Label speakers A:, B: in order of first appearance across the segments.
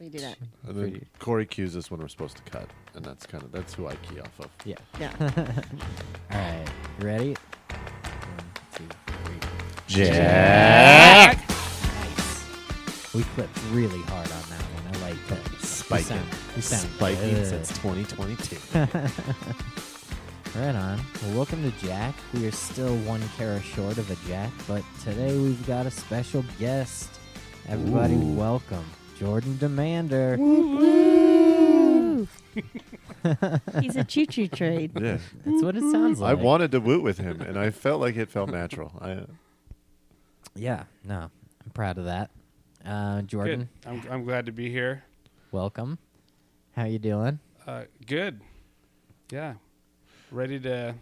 A: we do that.
B: And then
C: Pretty-
B: Corey cues us when we're supposed to cut, and that's kind of that's who I key off of.
C: Yeah.
A: Yeah.
C: All right. You ready?
B: Jack.
A: Nice.
C: We clipped really hard on that one. I like that. We
B: Spiking.
C: sound- We sound
B: Spiking
C: good.
B: since 2022.
C: Right on. Well, welcome to Jack. We are still one Kara short of a Jack, but today we've got a special guest. Everybody,
B: Ooh.
C: welcome. Jordan Demander.
A: He's a choo choo trade.
B: yeah.
C: That's what it sounds
B: I
C: like.
B: wanted to woot with him, and I felt like it felt natural. I,
C: Yeah, no. I'm proud of that. Uh,
D: Good.
C: Jordan,
D: I'm, I'm glad to be here.
C: welcome. How you doing?
D: Uh, good. Yeah. Ready to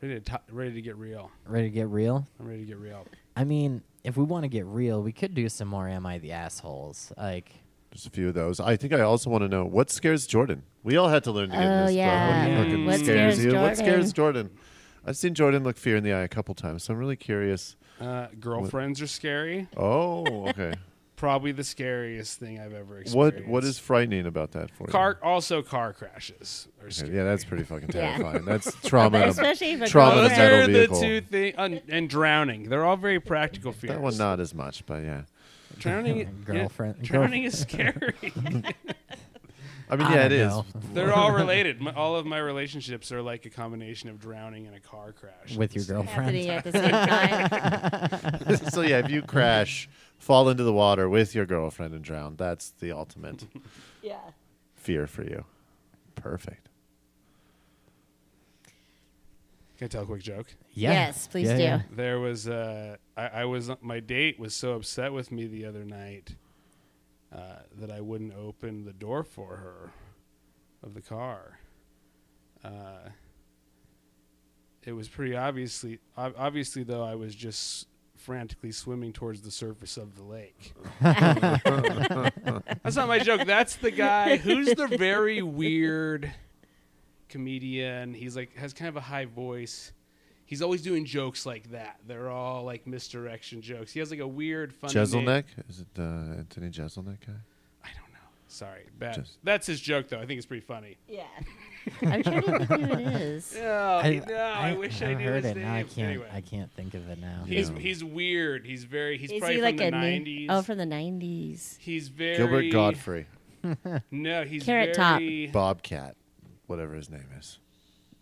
D: ready to t- ready to get real.
C: Ready to get real?
D: I'm ready to get real.
C: I mean, if we want to get real, we could do some more Am I the Assholes? Like,
B: just a few of those. I think I also want to know what scares Jordan. We all had to learn to get in
A: Oh,
B: this.
A: yeah.
B: What fucking
D: Mm. What
B: scares
A: scares
B: you? What scares
A: Jordan?
B: Jordan? I've seen Jordan look fear in the eye a couple times, so I'm really curious.
D: Uh, girlfriends are scary.
B: Oh, okay.
D: Probably the scariest thing I've ever experienced.
B: what What is frightening about that for
D: car? Also, car crashes are
B: you?
D: scary.
B: Okay, yeah, that's pretty fucking
A: Yeah.
B: terrifying. That's trauma. in a-
A: Especially if a
B: Trauma
D: Those
B: Those metal
D: are the
B: vehicle.
D: two things, and drowning. They're all very practical fears.
B: that one not as much, but yeah.
D: Drowning,
C: Girlfriend-
D: Yeah, drowning is scary.
B: I mean,
C: I
B: yeah, it
C: don't
B: is.
C: know.
D: They're all related. My, all of my relationships are like a combination of drowning and a car crash.
C: With your
D: It's-
C: girlfriend.
A: happening at the same time.
B: so yeah, if you crash, fall into the water with your girlfriend and drown, that's the ultimate
A: yeah.
B: fear for you. Perfect.
D: Can I tell a quick joke?
C: Yeah.
A: Yes, please
C: Yeah,
A: do.
C: yeah.
D: There was uh, I, I was my date was so upset with me the other night uh, that I wouldn't open the door for her of the car. Uh, it was pretty obviously ob- obviously though I was just frantically swimming towards the surface of the lake. That's not my joke. That's the guy who's the very weird comedian. He's like has kind of a high voice. He's always doing jokes like that. They're all like misdirection jokes. He has like a weird funny name.
B: Jezelnik? Is it uh, Anthony Jezelnik guy?
D: I don't know. Sorry. That,
B: Jes-
D: that's his joke though. I think it's pretty funny.
A: Yeah. I'm trying to think who it is.
D: No, no, Oh, I, wish I
C: I've
D: knew
C: heard
D: his
C: it.
D: name.
C: Now I can't.
D: Anyway.
C: I can't think of it now.
B: Yeah.
D: He's he's weird. He's very he's
A: is
D: probably
A: he like
D: from
A: a
D: the
A: new?
D: nineties.
A: Oh, from the 90s.
D: he's very
B: Gilbert Godfrey,
D: No, he's
A: Carrot Top.
D: very
B: Bobcat, whatever his name is.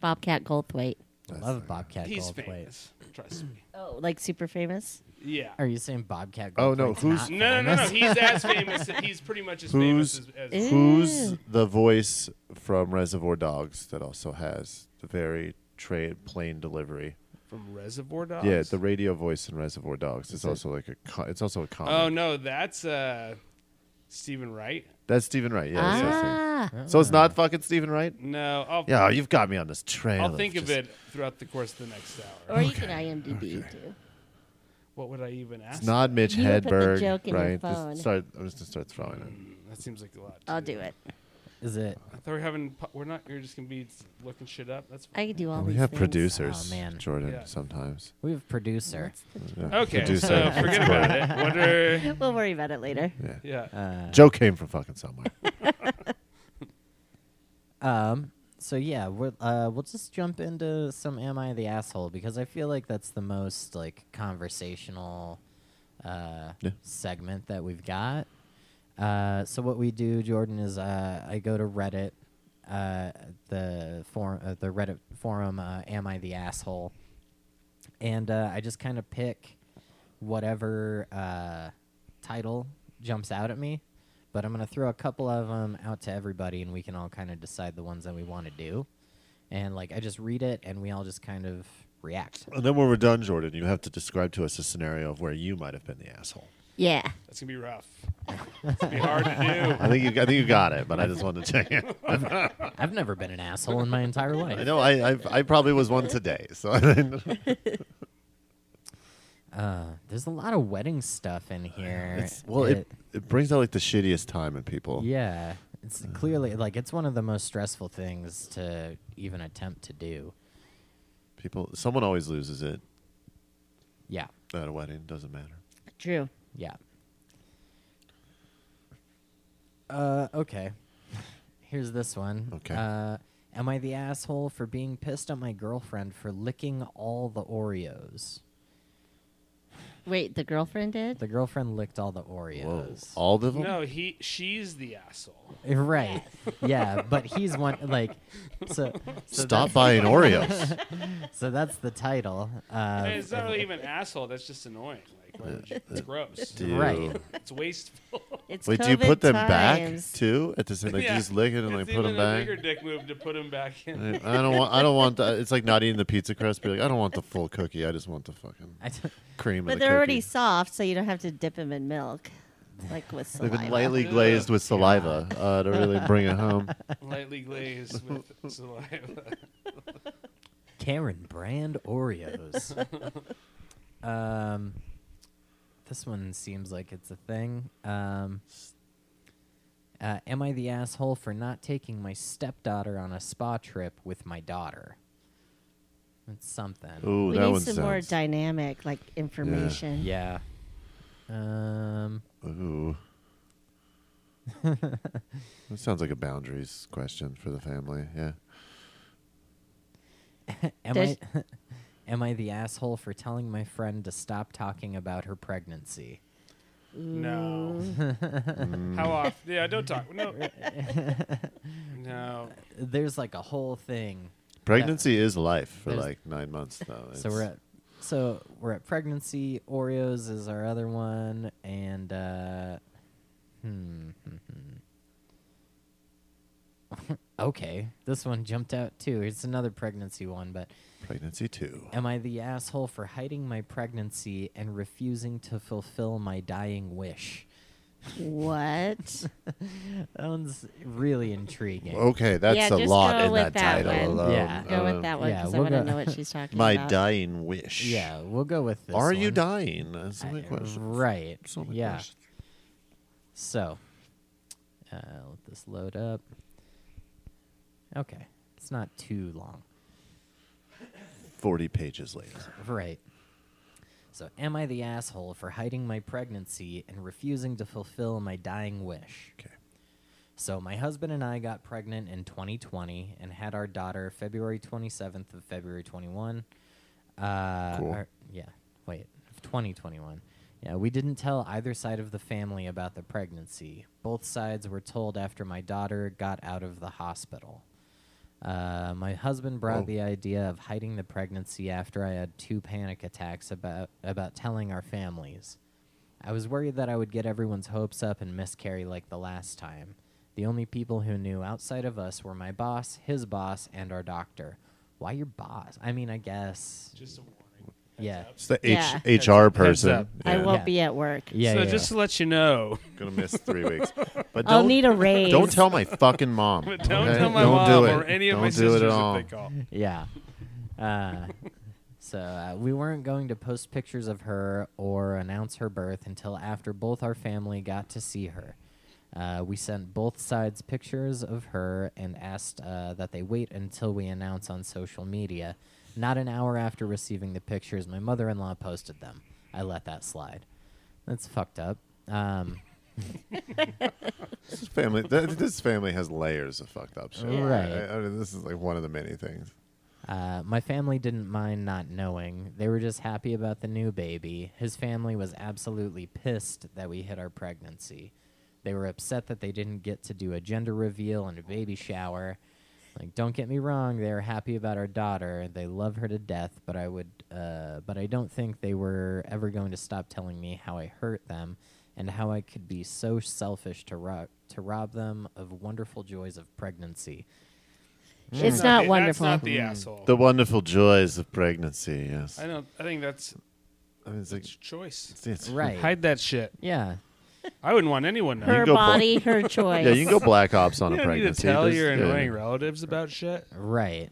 A: Bobcat Goldthwait.
C: I
B: That's
C: love
B: the-
C: Bobcat
D: he's
C: Goldthwait.
D: famous. Trust me.
A: Oh, like super famous?
D: Yeah.
C: Are you saying Bobcat Goldthwait?
B: Oh, no, who's-
D: No, no, no, no. He's as famous. He's pretty much as
B: Who's-
D: famous as, as
A: Ew.
B: Who's the voice from Reservoir Dogs that also has the very tra- plain delivery?
D: from Reservoir Dogs.
B: Yeah, the radio voice in Reservoir Dogs. It's also like a. Co- it's also a comedy.
D: oh no, that's uh, Stephen Wright.
B: That's Stephen Wright. Yeah. it's that thing.
A: ah.
B: So it's not fucking Stephen Wright.
D: No, I'll
B: Yeah, you've got me on this trail.
D: I'll think of
B: just-
D: it throughout the course of the next hour.
A: Or you can IMDb too.
D: what would I even ask?
B: It's not Mitch
A: You put the
B: Hedberg,
A: joke in your
B: right?
A: phone.
B: Just start, I'm just gonna start throwing it.
D: that seems like a lot. to
A: I'll do it.
C: Is it?
D: I thought we are having. pu- We're not. You're just gonna be looking shit up. That's fine.
A: I can do all
B: we
A: these
B: have
A: things.
B: producers,
C: Oh, man.
B: Jordan.
D: Yeah.
B: Sometimes.
C: We have producer.
B: Yeah,
D: okay.
B: producer.
D: So forget about it. What are?
A: We'll worry about it later.
B: Yeah.
D: Yeah.
C: Uh,
B: Joe came from fucking somewhere.
C: um. So yeah, we'll uh, we'll just jump into some "Am I the asshole?" because I feel like that's the most like conversational uh,
B: Yeah.
C: segment that we've got. Uh, so what we do, Jordan, is uh, I go to Reddit, uh, the forum, uh, the Reddit forum, uh, "Am I the asshole?" and uh, I just kind of pick whatever uh, title jumps out at me. But I'm gonna throw a couple of them out to everybody, and we can all kind of decide the ones that we want to do. And like, I just read it, and we all just kind of react.
B: and then when we're done, Jordan, you have to describe to us a scenario of where you might have been the asshole.
A: Yeah.
D: That's gonna be rough. It's gonna be hard to
B: I think you. I think you got it, but I just wanted to check in.
C: I've never been an asshole in my entire life.
B: I know. I, I. I probably was one today. So. I didn't-
C: Uh, there's a lot of wedding stuff in here.
B: it's, well, it, it brings out like the shittiest time in people.
C: Yeah, it's
B: Mm.
C: clearly like it's one of the most stressful things to even attempt to do.
B: People. Someone always loses it
C: Yeah,
B: at a wedding. Doesn't matter.
A: True.
C: yeah. Uh, okay. Here's this one.
B: Okay.
C: Uh, am I the asshole for being pissed at my girlfriend for licking all the Oreos?
A: Wait, the girlfriend did?
C: The girlfriend licked all the
B: Whoa.
C: Oreos. Eh,
B: All of them?
D: No, he she's the asshole.
C: Right. yeah, but he's one like so, so
B: Stop buying Oreos.
C: that- so that's the title. Uh,
D: it's not really even asshole. That's just annoying. Like, why would you- it's gross.
B: Dude.
C: Right.
D: It's wasteful.
A: It's
B: Wait, do you
A: COVID
B: put them
A: times.
B: back too at the same? Like you
D: Yeah,
B: just lick it and like
D: it's
B: put them
D: even a
B: back.
D: bigger dick move to put him back in.
B: I I don't want. I don't want. The, it's like not eating the pizza crust. Be like, I don't want the full cookie. I just want the fucking
C: I don't-
B: cream.
A: But
B: of the
A: they're
B: cookie.
A: already soft, so you don't have to dip them in milk, like with
B: They've
A: saliva.
B: been lightly glazed with saliva uh, to really bring it home.
D: lightly glazed with saliva.
C: Karen brand Oreos. um, this one seems like it's a thing. Um, uh, am I the asshole for not taking my stepdaughter on a spa trip with my daughter? It's something.
B: Ooh,
A: we
B: that
A: need
B: one
A: some more
B: sounds.
A: dynamic, like information.
C: Yeah. Um,
B: Ooh. that sounds like a boundaries question for the family. Yeah.
C: am
A: Does-
C: I am I the asshole for telling my friend to stop talking about her pregnancy? Mm.
D: No.
B: Mm.
D: How often? Yeah, don't talk. No. no.
C: There's like a whole thing
B: Pregnancy is life for
C: There's-
B: like nine months though.
C: So we're
B: It's-
C: at so we're at pregnancy. Oreos is our other one, and uh, hmm. hmm, hmm. okay, this one jumped out too. It's another pregnancy one, but
B: pregnancy too.
C: am I the asshole for hiding my pregnancy and refusing to fulfill my dying wish?
A: What?
C: That one's really intriguing.
B: Okay, that's
A: Yeah,
B: a
A: just
B: lot
A: go
B: in
A: with
B: that,
A: that
B: title
A: one.
B: alone.
C: Yeah.
A: Go
B: Um,
A: with that one
C: yeah,
A: because
C: we'll
A: I want to
C: go-
A: know what she's talking
B: My
A: about.
B: dying wish.
C: Yeah, we'll go with this.
B: Are you
C: one.
B: dying? That's the only
C: I-
B: question.
C: Right.
B: That's the only
C: yeah.
B: question.
C: So, uh, let this load up. Okay, it's not too long.
B: Forty pages later.
C: Right. So, am I the asshole for hiding my pregnancy and refusing to fulfill my dying wish?
B: Okay.
C: So, my husband and I got pregnant in 2020 and had our daughter February 27th of February 21. Uh,
B: Cool.
C: our- yeah. Wait, of 2021. Yeah, we didn't tell either side of the family about the pregnancy. Both sides were told after my daughter got out of the hospital. Uh, my husband brought
B: Whoa.
C: the idea of hiding the pregnancy after I had two panic attacks about about telling our families. I was worried that I would get everyone's hopes up and miscarry like the last time. The only people who knew outside of us were my boss, his boss, and our doctor. Why your boss? I mean, I guess.
D: Just a warning.
C: yeah.
B: It's the
A: Yeah.
B: H- HR
D: up.
B: person.
A: I won't
C: Yeah.
A: be at work.
C: Yeah.
D: so
C: yeah,
D: just
C: yeah.
D: to let you know,
B: Gonna miss three weeks. But
A: I'll
B: don't
A: need a raise.
B: don't tell my fucking mom.
D: but don't
B: okay?
D: tell my
B: Don't
D: mom
B: do it.
D: or any of
B: Don't
D: my
B: do
D: sisters
B: it at all.
D: if they call.
C: Yeah. Uh, so uh, we weren't going to post pictures of her or announce her birth until after both our family got to see her. Uh, we sent both sides pictures of her and asked uh, that they wait until we announce on social media. Not an hour after receiving the pictures, my mother in law posted them. I let that slide. That's fucked up. Um,
B: This family, th- this family has layers of fucked up shit.
C: Right.
B: I, I mean, this is like one of the many things.
C: Uh, my family didn't mind not knowing. They were just happy about the new baby. His family was absolutely pissed that we hit our pregnancy. They were upset that they didn't get to do a gender reveal and a baby shower. Like, don't get me wrong, they are happy about our daughter. They love her to death, but I would, uh, but I don't think they were ever going to stop telling me how I hurt them and how I could be so selfish to rob to rob them of wonderful joys of pregnancy.
A: It's
D: Not
A: not
D: the-
A: wonderful.
D: That's not the asshole.
B: The wonderful joys of pregnancy. Yes.
D: I don't. I think that's
B: I mean, it's like
D: choice.
B: it's,
C: Right?
D: Hide that shit.
C: Yeah.
D: I wouldn't want anyone to know.
B: can
A: her
B: go
A: body, her choice.
B: Yeah, you can go black ops on
D: You
B: a
D: don't need to
B: pregnancy.
D: tell
B: There's-
D: your
B: yeah.
D: annoying relatives about shit.
C: Right.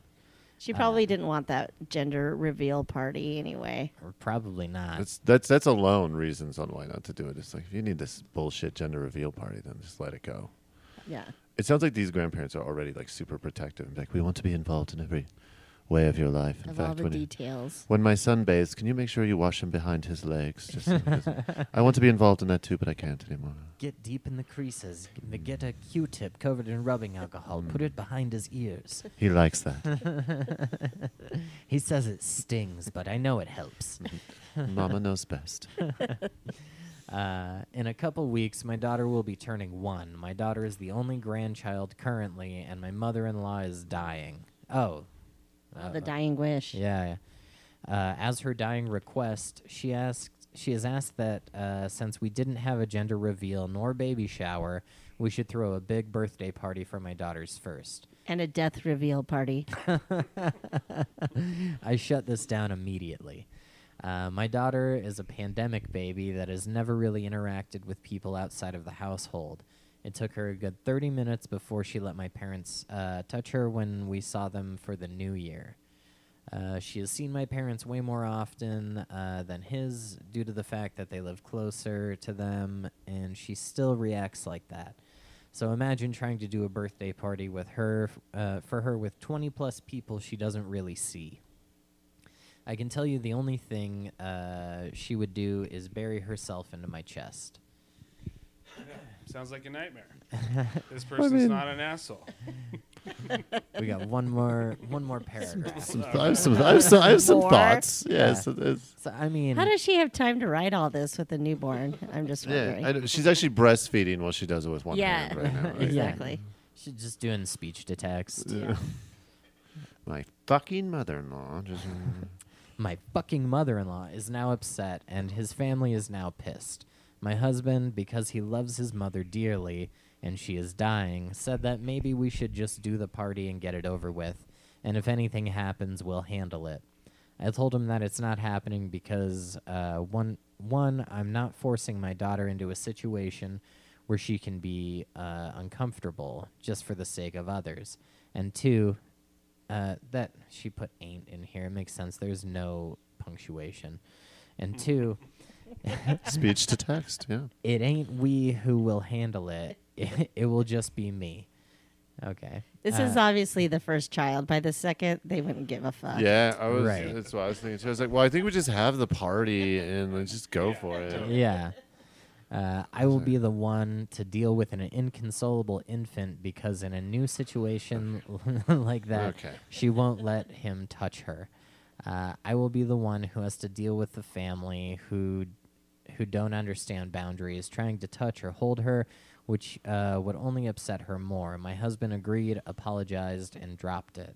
A: She probably didn't want that gender reveal party anyway.
C: Or probably not.
B: That's that's that's alone reasons on why not to do it. It's like if you need this bullshit gender reveal party, then just let it go.
A: Yeah.
B: It sounds like these grandparents are already like super protective and like we want to be involved in every way of your life. In
A: of all
B: fact,
A: the
B: when, he-
A: details.
B: when my son bathes, can you make sure you wash him behind his legs? Just so he doesn't- I want to be involved in that too, but I can't anymore.
C: Get deep in the creases. G- Get a Q-tip covered in rubbing alcohol. Put it behind his ears.
B: He likes that.
C: He says it stings, but I know it helps.
B: Mama knows best.
C: Uh, in a couple weeks, my daughter will be turning one. My daughter is the only grandchild currently, and my mother-in-law is dying. Oh,
A: Oh, the dying wish.
C: Yeah. Uh, as her dying request, she asked. She has asked that uh, since we didn't have a gender reveal nor baby shower, we should throw a big birthday party for my daughter's first.
A: And a death reveal party.
C: I shut this down immediately. Uh, my daughter is a pandemic baby that has never really interacted with people outside of the household. It took her a good 30 minutes before she let my parents uh, touch her when we saw them for the new year. Uh, she has seen my parents way more often uh, than his due to the fact that they live closer to them, and she still reacts like that. So imagine trying to do a birthday party with her, f- uh, for her with 20 plus people she doesn't really see. I can tell you the only thing uh, she would do is bury herself into my chest.
D: Sounds like a nightmare. this person's not an asshole.
C: We got one more, one more paragraph.
B: Some th- I have some, I have some, I have some
A: More?
B: thoughts.
C: Yeah.
B: Yes. it is.
C: So I mean,
A: How does she have time to write all this with a newborn? I'm just
B: Yeah,
A: wondering.
B: I know- she's actually breastfeeding while she does it with one
A: Yeah.
B: hand right now. right?
A: exactly.
C: she's just doing speech to text.
B: My fucking mother-in-law just.
C: My fucking mother in law is now upset, and his family is now pissed. My husband, because he loves his mother dearly and she is dying, said that maybe we should just do the party and get it over with, and if anything happens, we'll handle it. I told him that it's not happening because, uh, one, one, I'm not forcing my daughter into a situation where she can be uh, uncomfortable just for the sake of others, and two, uh, that she put ain't in here. It makes sense. There's no punctuation. And two,
B: Speech to text. Yeah.
C: it ain't we who will handle it. It, will just be me. Okay.
A: This is obviously the first child. By the second, they wouldn't give a fuck.
B: Yeah, I was.
C: Right.
B: That's what I was thinking. too. I was like, well, I think we just have the party and let's just go for it.
C: yeah. Uh, I will be the one to deal with an inconsolable infant because in a new situation like that,
B: Okay.
C: she won't let him touch her. Uh, I will be the one who has to deal with the family who who don't understand boundaries, trying to touch or hold her, which uh, would only upset her more. My husband agreed, apologized, and dropped it.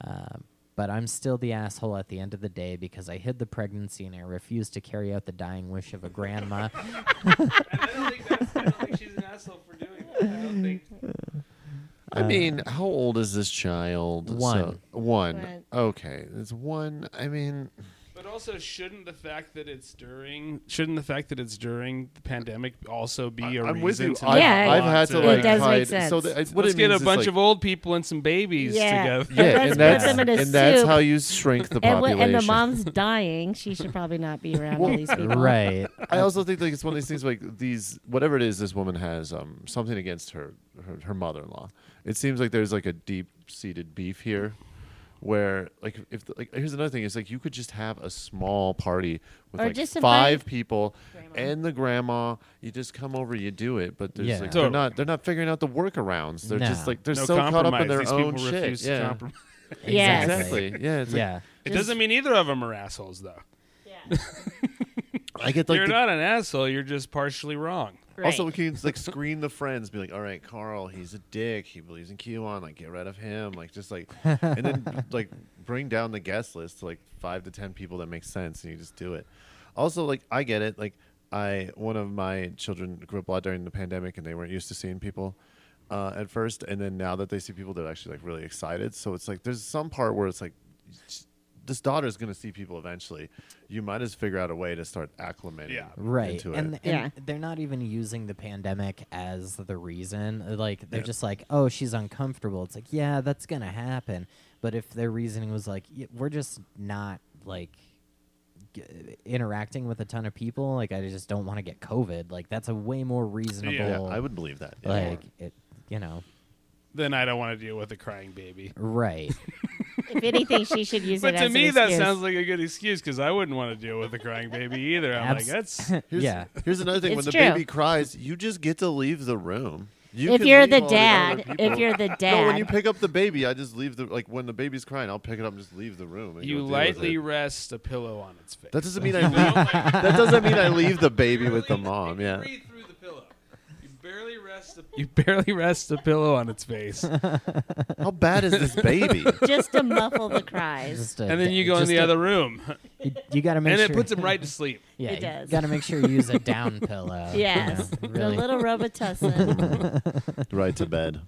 C: Um, but I'm still the asshole at the end of the day because I hid the pregnancy and I refused to carry out the dying wish of a grandma.
D: I don't think that's. I don't think she's an asshole for doing that. I don't think.
B: I mean, how old is this child?
C: Uh, One.
B: So- one.
A: One.
B: Okay, it's one. I mean,
D: But also, shouldn't the fact that it's during shouldn't the fact that it's during the pandemic also be a
B: I'm
D: reason
B: with you.
D: to
B: I've,
A: Yeah,
B: I've had to
A: it
B: like
A: does make
B: hide.
A: sense.
B: So that, it's- what
D: Let's
B: it
D: get
B: means is,
D: a bunch
B: like-
D: of old people and some babies
A: Yeah.
D: together.
B: Yeah,
A: Let's
B: and
A: put
B: that's
A: them in a
B: and that's
A: soup.
B: how you shrink the
A: And,
B: population.
A: when, and the mom's dying. She should probably not be around all these people.
C: right.
B: I also think like it's one of these things like these whatever it is this woman has um something against her her, her mother-in-law. It seems like there's like a deep-seated beef here where like if like here's another thing it's like you could just have a small party with
A: Or
B: like
A: just
B: five
A: invite
B: people
A: grandma.
B: and the grandma you just come over you do it but there's
C: Yeah.
B: like
D: Totally.
B: they're not they're not figuring out the workarounds they're just
C: No.
B: like they're
D: no
B: so
D: compromise.
B: caught up in their
D: These
B: own
D: people
B: shit
D: refuse to
B: yeah
D: compromise.
A: Yeah.
B: exactly yeah it's like,
C: Yeah.
D: It doesn't mean either of them are assholes, though.
B: I get like
D: you're
B: the-
D: not an asshole. You're just partially wrong.
B: Also, we can like screen the friends, be like, "All right, Carl, he's a dick. He believes in QAnon. Like, get rid of him. Like, just like, and then like bring down the guest list to like five to ten people that make sense, and you just do it. Also, like, I get it. Like, I one of my children grew up a lot during the pandemic, and they weren't used to seeing people uh, at first, and then now that they see people, they're actually like really excited. So it's like there's some part where it's like. This daughter's gonna see people eventually. You might as figure out a way to start acclimating.
D: Yeah.
C: Right.
B: into
C: And,
B: it.
C: and
A: Yeah.
C: they're not even using the pandemic as the reason. Like they're just like, "Oh, she's uncomfortable." It's like, "Yeah, that's going to happen." But if their reasoning was like, "Y- "We're just not like g- interacting with a ton of people, like I just don't want to get COVID." Like that's a way more reasonable
B: yeah,
A: Oh.
B: I would believe that. yeah.
C: like it, you know.
D: Then I don't want to deal with a crying baby.
C: Right.
A: If anything, she should use
D: But
A: it
D: to
A: as
D: me,
A: an
D: that
A: excuse.
D: sounds like a good excuse because I wouldn't want to deal with a crying baby either. I'm
C: Abs-
D: like, that's yeah,
B: Here's,
C: yeah.
B: Here's another thing: when
A: It's
B: the
A: true.
B: baby cries, you just get to leave the room. You
A: if
B: can
A: you're
B: leave
A: the
B: all other
A: dad, if
B: people.
A: you're the dad,
B: No, when you pick up the baby, I just leave the like when the baby's crying, I'll pick it up and just leave the room. and
D: you
B: go deal with
D: lightly
B: it.
D: rest a pillow on its face.
B: That doesn't mean I leave. that doesn't mean I leave the baby with the mom. Yeah.
D: through the pillow. You barely rest. A, you barely rest a pillow on its face, and
B: How bad is this baby?
A: just to muffle the cries.
C: Just a
D: then
C: da-
D: you go in
C: just
D: the
C: a-
D: other room,
C: You, you got to make
D: and
C: sure
D: it puts him right to sleep.
C: Yeah,
A: It
C: you
A: does.
C: Got to make sure you use a down pillow. you
A: Yes,
C: know,
A: the
C: really.
A: little Robitussin,
B: right to bed.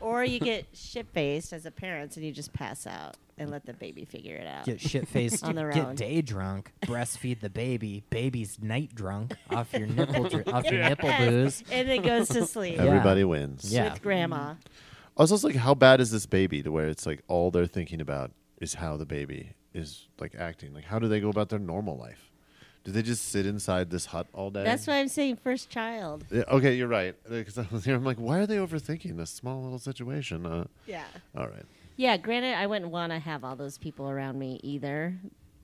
A: or you get shit faced as a parent and you just pass out and let the baby figure it out.
C: Get shit faced.
A: On their
C: get
A: own.
C: day drunk. Breastfeed the baby. Baby's night drunk off your nipple dr- off your
A: Yes,
C: nipple booze.
A: and it goes to sleep
C: Yeah.
B: Everybody wins.
C: Yeah.
A: with grandma.
B: Mm-hmm. Also, it's like how bad is this baby? To where it's like all they're thinking about is how the baby is like acting. Like how do they go about their normal life? Do they just sit inside this hut all day?
A: That's why I'm saying first child.
B: Yeah, okay, you're right. Because I was here, I'm like, why are they overthinking this small little situation? Uh,
A: Yeah.
B: all right.
A: Yeah. Granted, I wouldn't want to have all those people around me either.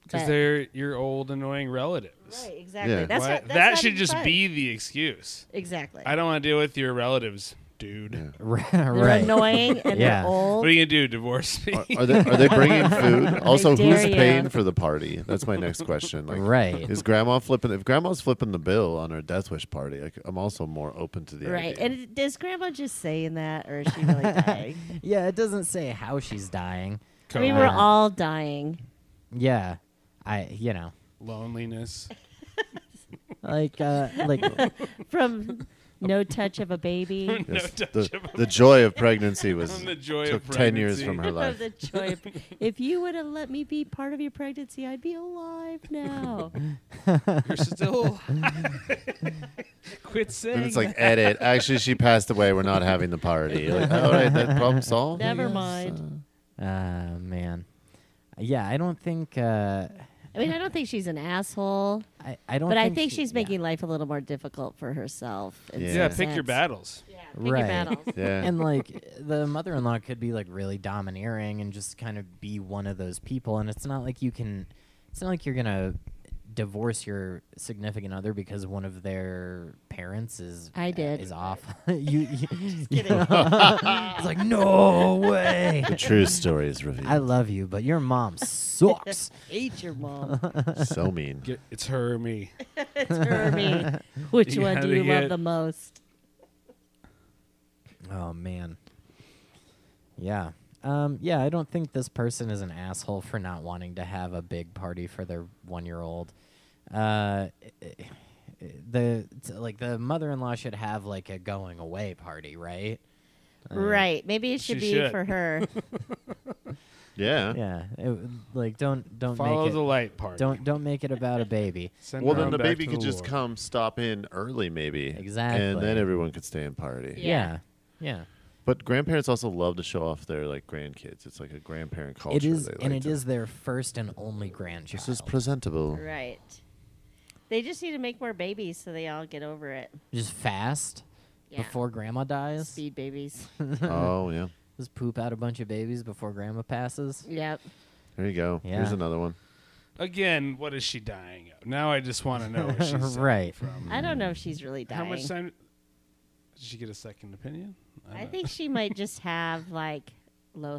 D: Because
A: but-
D: they're your old annoying relatives.
A: Right. Exactly.
B: Yeah.
A: That's
D: Why-
A: not, that's
D: that
A: not
D: should
A: even
D: just
A: fun.
D: be the excuse.
A: exactly.
D: I don't want to deal with your relatives, dude.
B: Yeah.
A: They're
C: right.
A: annoying and
C: Yeah.
A: they're old.
D: What are you gonna do? Divorce me?
B: Are, are they are they bringing food? Also, who's
A: dare ya.
B: paying for the party? That's my next question. Like,
C: Right.
B: Is grandma flipping? If grandma's flipping the bill on her death wish party, like, I'm also more open to the
A: Right.
B: idea.
A: And does grandma just saying that or is she really dying?
C: Yeah, it doesn't say how she's dying.
A: I mean,
D: Covid,
A: we're
C: Uh,
A: all dying.
C: Yeah, I you know
D: loneliness.
C: like uh like
A: From no touch of a baby.
D: No
B: Yes,
D: touch
B: the,
D: of a-
B: the joy of pregnancy was
D: The joy
B: took
D: of
B: ten years
D: pregnancy.
B: from her
A: Of
B: life.
A: the joy of- if you would have let me be part of your pregnancy, I'd be alive now.
D: You're still quit saying.
B: And it's like edit. Actually, she passed away. We're not having the party. Like, all right, that problem solved. I
A: Never
B: guess.
A: mind.
C: uh man. Yeah, I don't think uh
A: I mean, I don't think she's an asshole,
C: I, I don't
A: but I
C: think
A: think
C: she-
A: she's
C: yeah.
A: making life a little more difficult for herself. in
B: Yeah.
D: yeah,
A: some
D: pick your
A: sense.
D: battles.
A: Yeah, pick
C: Right.
A: your battles.
B: Yeah.
C: and like the mother-in-law could be like really domineering and just kind of be one of those people and it's not like you can it's not like you're gonna divorce your significant other because one of their parents is uh,
A: I did.
C: is off you, you it's like no way
B: the true story is revealed.
C: i love you but your mom sucks
A: Hate your mom.
B: so mean.
D: Get, it's her or me.
A: It's her or me. Which
D: You
A: one
D: gotta
A: do you
D: get-
A: love the most?
C: Oh man. Yeah. Um, yeah, I don't think this person is an asshole for not wanting to have a big party for their one-year-old. Uh, the t- like the mother-in-law should have like a going away party, right?
A: right. Maybe it should be
D: She should.
A: for her.
B: Yeah.
C: Yeah, it, w- like don't don't
D: Follow
C: make
D: the
C: it
D: light part.
C: don't don't make it about a baby.
D: Send
B: Well,
D: her
B: then
D: on
B: the
D: back
B: baby
D: to
B: could
D: the
B: just
D: Lord.
B: come stop in early, maybe. And
C: Exactly.
B: then everyone could stay and party.
C: Yeah.
A: Yeah.
C: Yeah.
B: But grandparents also love to show off their like grandkids. It's like a grandparent culture.
C: It is
B: They
C: and
B: like
C: it
B: to-
C: is their first and only grandchild.
B: This is presentable.
A: right. They just need to make more babies so they all get over it.
C: Just fast
A: Yeah.
C: before grandma dies.
A: Speed babies.
B: oh yeah.
C: Just poop out a bunch of babies before grandma passes.
A: yep.
B: There you go.
C: Yeah.
B: Here's another one.
D: again. What is she dying of? Now I just want to know. What she's saying
C: Right.
D: From.
A: I don't know if
C: Hmm.
A: she's really dying.
D: How much time? Did she get a second opinion?
A: I
D: don't-
A: think she might just have like low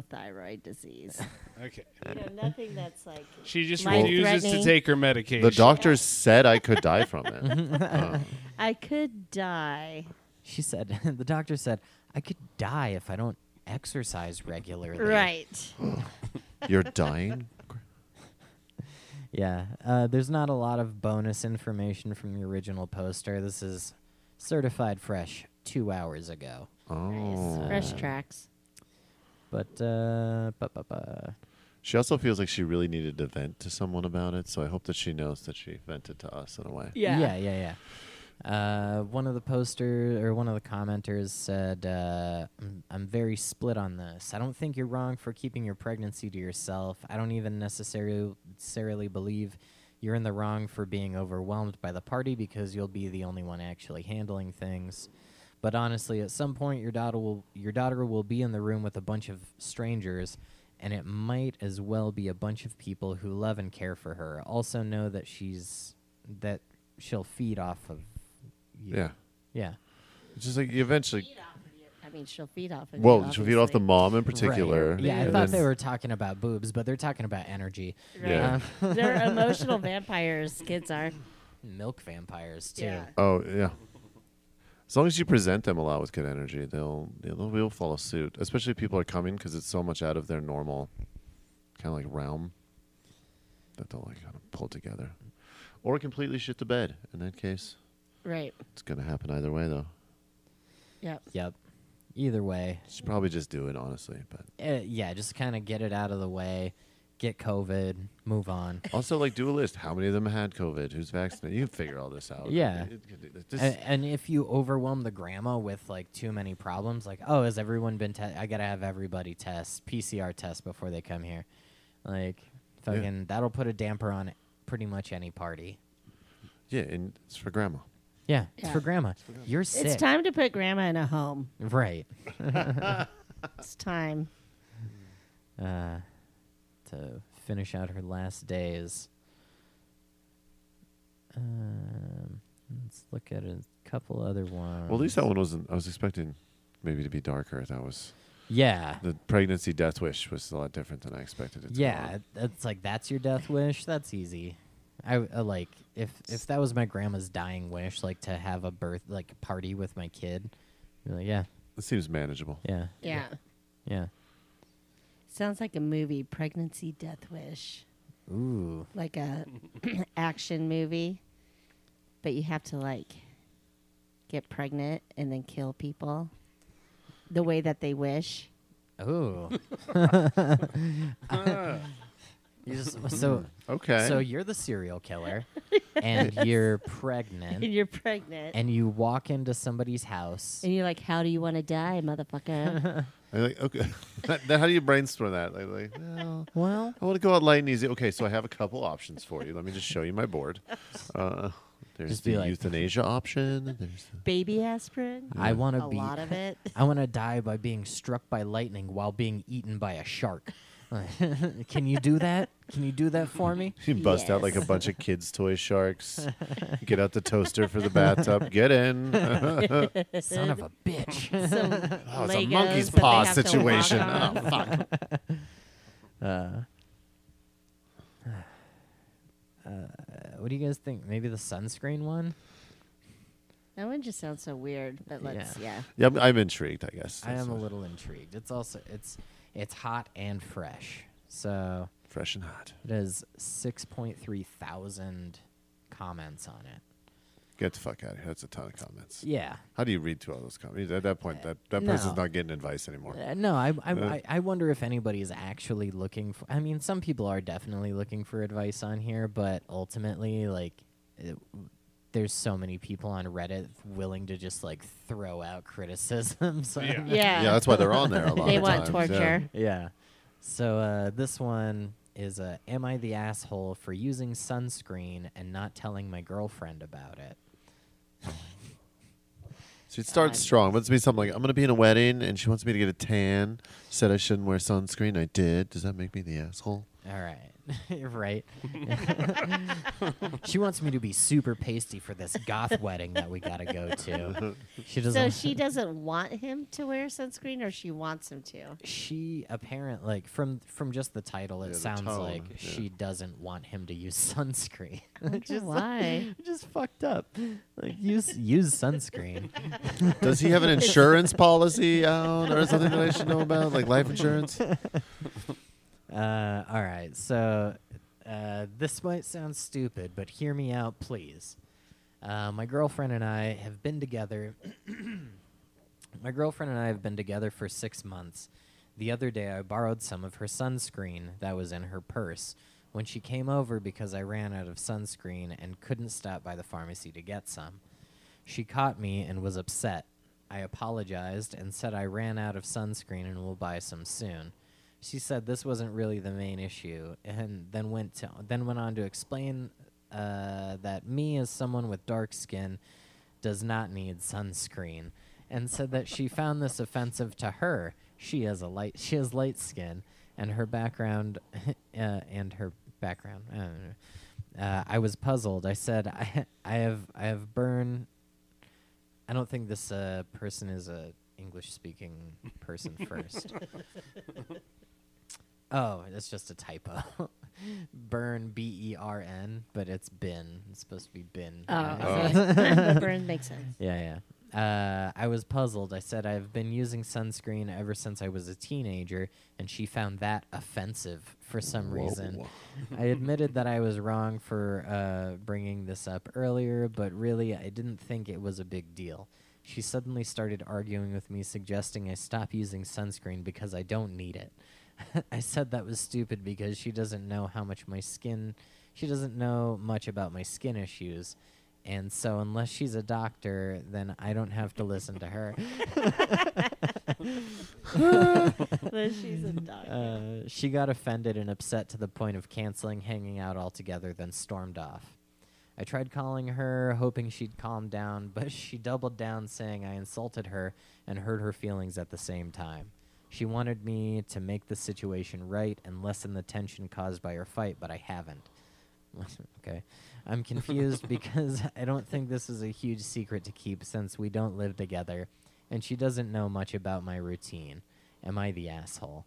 A: thyroid disease.
D: Okay.
A: You know, nothing that's like
D: She just
A: Life
D: refuses to
A: threatening.
D: take her medication.
B: The doctor said I could die from it. Uh,
A: I could die.
C: She said, the doctor said, I could die if I don't exercise regularly.
A: Right.
B: you're dying.
C: Yeah. Uh, there's not a lot of bonus information from the original poster. This is certified fresh two hours ago.
B: Oh.
A: Fresh tracks.
C: But, uh, bu- bu- bu-
B: She also feels like she really needed to vent to someone about it, so I hope that she knows that she vented to us in a way.
C: Yeah, yeah, yeah. Uh, one of the posters or one of the commenters said, uh, I'm, I'm very split on this. I don't think you're wrong for keeping your pregnancy to yourself. I don't even necessarily, necessarily believe you're in the wrong for being overwhelmed by the party because you'll be the only one actually handling things. But honestly, at some point, your daughter will your daughter will be in the room with a bunch of strangers, and it might as well be a bunch of people who love and care for her. Also know that she's that she'll feed off of you.
B: Yeah.
C: Yeah.
B: It's just like you eventually.
A: Feed off of you. I mean, she'll feed off of you.
B: Well, she'll feed off the
A: obviously.
B: mom in particular.
C: Right. Yeah, I
B: and
C: thought
B: then-
C: they were talking about boobs, but they're talking about energy. Um,
B: Yeah.
A: They're emotional vampires, kids are.
C: Milk vampires too.
A: Yeah.
B: Oh yeah. As long as you present them a lot with good energy, they'll they'll, they'll follow suit. Especially if people are coming because it's so much out of their normal kind of like realm that they'll like kind of pull together, or completely shit the bed. In that case,
A: Right.
B: it's gonna happen either way though.
A: Yep.
C: Yep. Either way,
B: Should probably just do it honestly, but
C: uh, yeah, just kind of get it out of the way, get COVID, move on.
B: also like do a list. How many of them had COVID? Who's vaccinated? You can figure all this out.
C: Yeah.
B: It- it- it- this-
C: and, and if you overwhelm the grandma with like too many problems, like oh, has everyone been? Te- I gotta have everybody test PCR test before they come here. Like fucking, that'll put a damper on pretty much any party.
B: yeah, and it's for grandma.
C: Yeah, it's for
A: Yeah.
C: grandma. You're sick,
A: It's time to put grandma in a home.
C: right?
A: It's time.
C: Uh, to finish out her last days. Um, let's look at a couple other ones.
B: Well, at least that one wasn't. I was expecting maybe to be darker. That was
C: yeah.
B: the pregnancy death wish was a lot different than I expected it to
C: yeah, that's like that's your death wish. That's easy. I w- uh, like if if that was my grandma's dying wish, like to have a birth like party with my kid. Be like, yeah,
B: It seems manageable.
C: yeah,
A: Yeah.
C: yeah.
A: Sounds like a movie, Pregnancy Death Wish.
C: Ooh,
A: Like a action movie. But you have to like get pregnant and then kill people the way that they wish.
C: ooh.
B: Ah.
C: You just- so
B: Okay.
C: so you're the serial killer, and you're pregnant,
A: And you're pregnant.
C: and you walk into somebody's house.
A: And you're like, how do you want to die, motherfucker?
B: I'm like, okay. That- that- how do you brainstorm that? Like, like, well,
C: Well,
B: I want to go out light and easy. Okay, so I have a couple options for you. Let me just show you my board. Uh, there's
C: Just be
B: the
C: like-
B: euthanasia option. There's the-
A: Baby aspirin?
C: I want
A: a
C: to be.
A: lot of it.
C: I want to die by being struck by lightning while being eaten by a shark. Can you do that? Can you do that for me?
B: you bust out like a
A: Yes.
B: bunch of kids' toy sharks. Get out the toaster for the bathtub. Get in. oh,
C: Son of a bitch.
A: Some
B: it's a
A: Legos
B: monkey's
A: that they
B: paw
A: have to walk
B: situation.
A: on.
B: Oh, fuck.
C: what do you guys think? Maybe the sunscreen one?
A: That one just sounds so weird, but let's yeah.
B: Yeah, I'm, I'm intrigued. I guess.
C: I
B: That's
C: am a
B: what-
C: little intrigued. It's also it's it's hot and fresh. So
B: fresh and hot.
C: it has 6.3 thousand comments on it.
B: Get the fuck out of here. That's a ton of comments.
C: Yeah.
B: How do you read through all those comments? At that point, that, that person's
C: no.
B: not getting advice anymore.
C: Uh, no, I, I, I, I wonder if anybody is actually looking for. I mean, some people are definitely looking for advice on here, but ultimately, like, it, there's so many people on Reddit willing to just like throw out criticisms. on
D: Yeah.
C: it.
A: Yeah.
B: Yeah, that's why they're on there a lot.
A: they
B: of
A: want
B: times, yeah.
A: torture.
C: Yeah. So uh, this one is uh, Am I the asshole for using sunscreen and not telling my girlfriend about it?
B: So it starts
A: God.
B: strong. But it's be something like, I'm going to be in a wedding and she wants me to get a tan. She said I shouldn't wear sunscreen. I did. Does that make me the asshole?
C: All right. right. she wants me to be super pasty for this goth wedding that we got to go to. She doesn't
A: So she doesn't want him to wear sunscreen, or she wants him to.
C: she apparent like from from just the title it
B: Yeah, the
C: sounds
B: tone,
C: like
B: yeah.
C: she doesn't want him to use sunscreen.
A: Just why?
C: just fucked up. Like use use sunscreen.
B: Does he have an insurance policy out or something that I should know about? Like life insurance?
C: Uh, all right, so uh, this might sound stupid, but hear me out, please. Uh, my girlfriend and I have been together. my girlfriend and I have been together for six months. The other day, I borrowed some of her sunscreen that was in her purse. When she came over, because I ran out of sunscreen and couldn't stop by the pharmacy to get some, she caught me and was upset. I apologized and said I ran out of sunscreen and will buy some soon. She said this wasn't really the main issue, and then went to then went on to explain uh, that me as someone with dark skin does not need sunscreen, and said that she found this offensive to her. She has a light she has light skin, and her background uh, and her background. I don't know. Uh, I was puzzled. I said, I, I have, I have burn. I don't think this uh, person is a English speaking person first. oh, that's just a typo. burn B E R N, but it's bin. It's supposed to be bin.
A: Oh,
B: Oh.
A: okay. burn makes sense.
C: Yeah, yeah. Uh, I was puzzled. I said, I've been using sunscreen ever since I was a teenager, and she found that offensive for some reason. I admitted that I was wrong for uh, bringing this up earlier, but really, I didn't think it was a big deal. She suddenly started arguing with me, suggesting I stop using sunscreen because I don't need it. I said that was stupid because she doesn't know how much my skin, she doesn't know much about my skin issues. And so, unless she's a doctor, then I don't have to listen to her.
A: But she's a dog.
C: Uh, she got offended and upset to the point of canceling hanging out altogether, then stormed off. I tried calling her, hoping she'd calm down, but she doubled down, saying I insulted her and hurt her feelings at the same time. She wanted me to make the situation right and lessen the tension caused by her fight, but I haven't. okay. I'm confused because I don't think this is a huge secret to keep since we don't live together and she doesn't know much about my routine. Am I the asshole?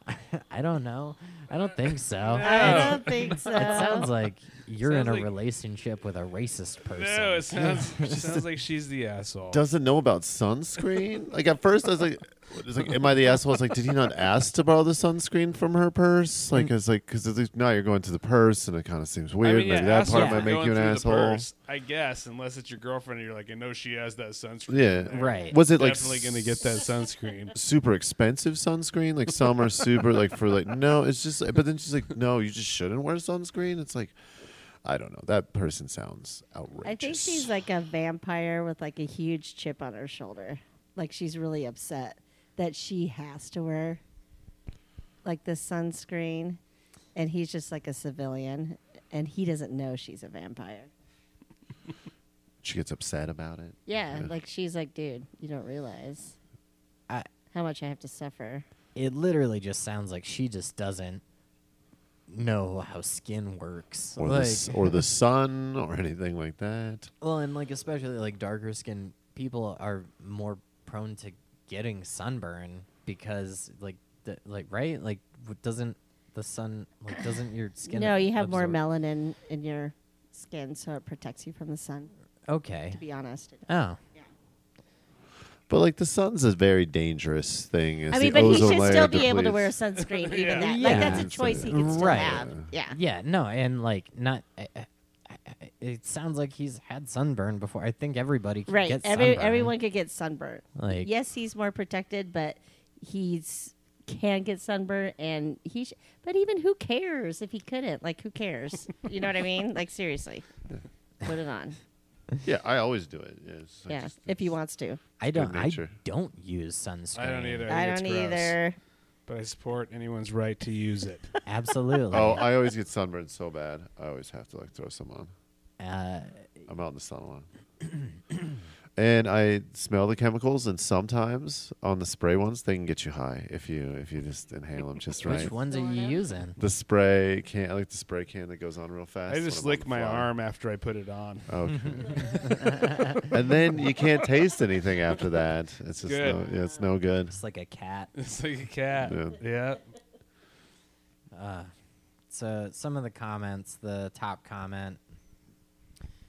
C: I don't know. I don't think so.
A: I
B: oh.
A: don't think so.
C: It sounds like you're
D: Sounds
C: in a
D: like-
C: relationship with a racist person.
D: No, it sounds it sounds like she's the asshole.
B: Doesn't know about sunscreen. like at first, I was like, I was like, "Am I the asshole?" I was like, "Did he not ask to borrow the sunscreen from her purse?" Like, I was like, "Because at least now you're going to the purse, and it kind of seems
D: I
B: weird.
D: mean, yeah,
B: Maybe that part
D: assholes
C: asshole
B: might make
D: going
B: you an
D: through the
B: asshole."
D: purse, I guess, unless it's your girlfriend and you're like, I know she has that sunscreen.
B: Yeah,
C: Right.
B: Was it like
D: Definitely gonna get that sunscreen.
B: super expensive sunscreen. Like some are super like for like no, it's just. But then she's like, no, you just shouldn't wear sunscreen. It's like, I don't know. That person sounds outrageous.
A: I think she's like a vampire with like a huge chip on her shoulder. Like she's really upset that she has to wear like the sunscreen and he's just like a civilian and he doesn't know she's a vampire.
B: she gets upset about it.
A: Yeah, like she's like, dude, you don't realize
C: I-
A: how much I have to suffer.
C: It literally just sounds like she just doesn't know how skin works.
B: Or the
C: like,
B: s or the sun or anything like that.
C: well, and like especially like darker skinned people are more prone to getting sunburn because like the, like right like w- doesn't the sun like doesn't your skin
A: no, you have more
C: absorb-
A: melanin in your skin so it protects you from the sun,
C: okay
A: to be honest.
C: oh
B: But like the sun's a very dangerous thing. It's
A: I mean,
B: the
A: but he
B: ozone
A: should
B: layer
A: still be able to
B: depletes.
A: wear sunscreen, even
D: Yeah.
A: that.
C: Yeah.
A: Like that's a choice he can still
C: Right.
A: have. Yeah.
C: Yeah, no, and like not. eh, I, I, I- eh, it sounds like he's had sunburn before. I think everybody can
A: Right.
C: get
A: Every,
C: sunburn.
A: everyone could get sunburned.
C: Like-
A: yes, he's more protected, but he's can get sunburn, and he. Sh- but even who cares if he couldn't? Like, who cares? you know what I mean? Like, seriously, put it on.
B: Yeah, I always do it. It's like
A: yeah,
B: just-
A: if you wants to.
C: I don't. I
B: nature.
C: don't use sunscreen.
D: I don't either.
A: I
D: think it's
A: don't
D: gross,
A: either.
D: But I support anyone's right to use it.
C: Absolutely.
B: Oh, I always get sunburned so bad. I always have to like throw some on.
C: uh,
B: I'm out in the sun a lot. and I smell the chemicals, and sometimes on the spray ones, they can get you high if you if you just inhale them just right.
C: Which ones are you using?
B: The spray can, I like the spray can that goes on real fast.
D: I
B: when
D: just
B: I'm on
D: lick
B: the
D: my
B: fly.
D: arm after I put it on.
B: Okay. Oh.
C: Mm-hmm.
B: and then you can't taste anything after that. It's just
D: Good.
B: no, yeah, it's no good.
C: It's like a cat.
D: It's like a cat.
B: Yeah.
D: Yeah.
C: So some of the comments, the top comment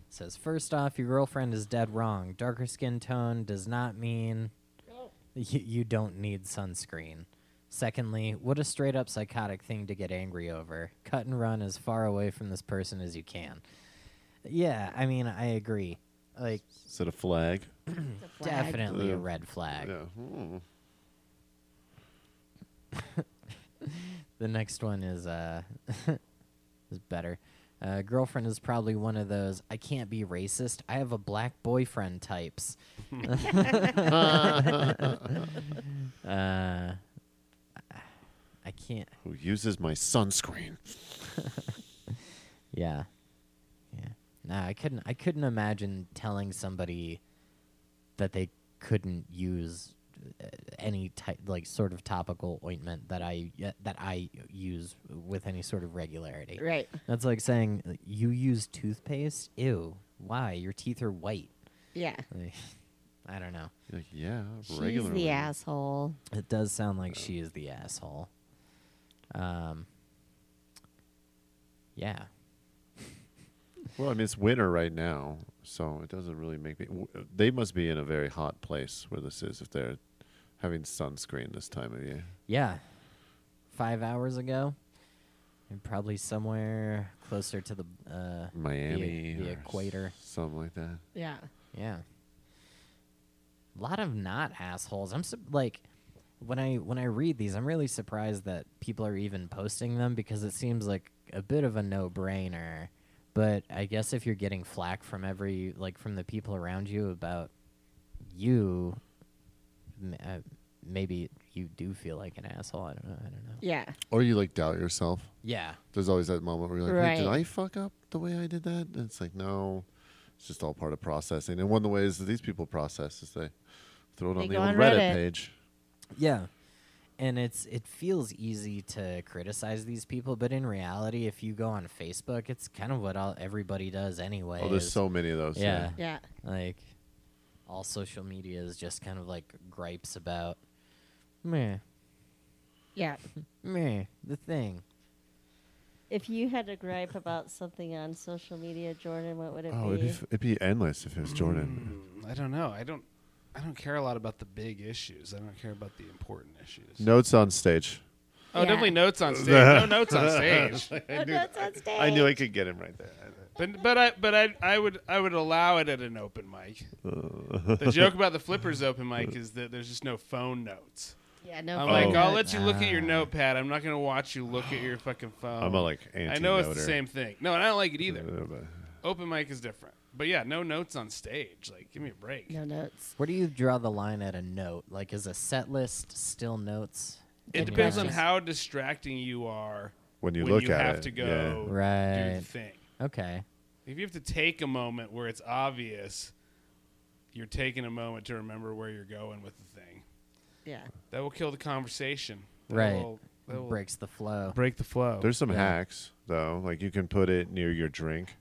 C: says, first off, your girlfriend is dead wrong. Darker skin tone does not mean you, you don't need sunscreen. Secondly, what a straight up psychotic thing to get angry over. Cut and run as far away from this person as you can. Yeah, I mean, I agree. Like,
B: Is it a flag?
A: Flag.
C: definitely a
B: Yeah.
C: red flag.
B: Yeah. Hmm.
C: The next one is uh is better. Uh, girlfriend is probably one of those I can't be racist. I have a black boyfriend types. uh, I can't.
B: Who uses my sunscreen?
C: Yeah, yeah. Nah, I couldn't. I couldn't imagine telling somebody that they couldn't use uh, any type, like sort of topical ointment that I that I use with any sort of regularity.
A: Right.
C: That's like saying like, you use toothpaste. Ew. Why? Your teeth are white.
A: Yeah.
C: Like, I don't know.
B: You're like, yeah,
A: She's
B: regularly.
A: the asshole.
C: It does sound like she is the asshole. Um. Yeah.
B: Well, I mean, it's winter right now, so it doesn't really make me. w- They must be in a very hot place where this is if they're having sunscreen this time of year.
C: Yeah. Five hours ago, and probably somewhere closer to the uh,
B: Miami,
C: the
B: or
C: equator.
B: s- something like that.
A: Yeah.
C: Yeah. A lot of not assholes. I'm su- like when I when I read these, I'm really surprised that people are even posting them because it seems like a bit of a no-brainer. But I guess if you're getting flack from every like from the people around you about you m- uh, maybe you do feel like an asshole. I don't know. I don't know.
A: Yeah.
B: Or you like doubt yourself.
C: Yeah.
B: There's always that moment where you're like, "Wait, did
A: Right.
B: I fuck up the way I did that? And it's like, no, it's just all part of processing. And one of the ways that these people process is they throw it
A: They
B: on the
A: go
B: old
A: on
B: Reddit,
A: Reddit.
B: page.
C: Yeah. And it's it feels easy to criticize these people, but in reality, if you go on Facebook, it's kind of what all, everybody does anyway.
B: Oh, there's
C: is,
B: so many of those.
C: Yeah.
A: Yeah.
C: like all social media is just kind of like gripes about meh,
A: Yeah.
C: meh, the thing.
A: If you had a gripe about something on social media, Jordan, what would it
B: Oh, it'd be,
A: be?
B: f- it'd be endless if it was Jordan.
D: I don't know. I don't. I don't care a lot about the big issues. I don't care about the important issues.
B: Notes on stage.
D: Oh,
A: Yeah.
D: definitely notes on stage. no notes on stage.
A: oh, no, it's on stage.
B: I knew I could get him right there.
D: But but I but I I would I would allow it at an open mic.
B: Uh.
D: The joke about the flippers open mic is that there's just no phone notes.
A: Yeah, no.
D: I'm
B: Oh.
D: like, I'll
B: God.
D: let you look at your notepad. I'm not gonna watch you look at your fucking phone.
B: I'm a, like anti
D: I know it's the same thing. No, and I don't like it either.
B: But
D: Open mic is different. But yeah, no notes on stage. Like, give me a break.
A: no notes.
C: Where do you draw the line at a note? Like, is a set list still notes?
D: It
C: And you
D: depends
C: have
D: on
C: to-
D: how distracting you are
B: When you look
D: you
B: at
D: have
B: it,
D: to go
B: yeah.
D: do
C: Right.
D: the thing.
C: Okay.
D: If you have to take a moment where it's obvious, you're taking a moment to remember where you're going with the thing.
A: Yeah.
D: That will kill the conversation. That
C: Right.
D: will- that will
C: Breaks the flow.
D: break the flow.
B: There's some
C: Yeah.
B: hacks though. Like you can put it near your drink,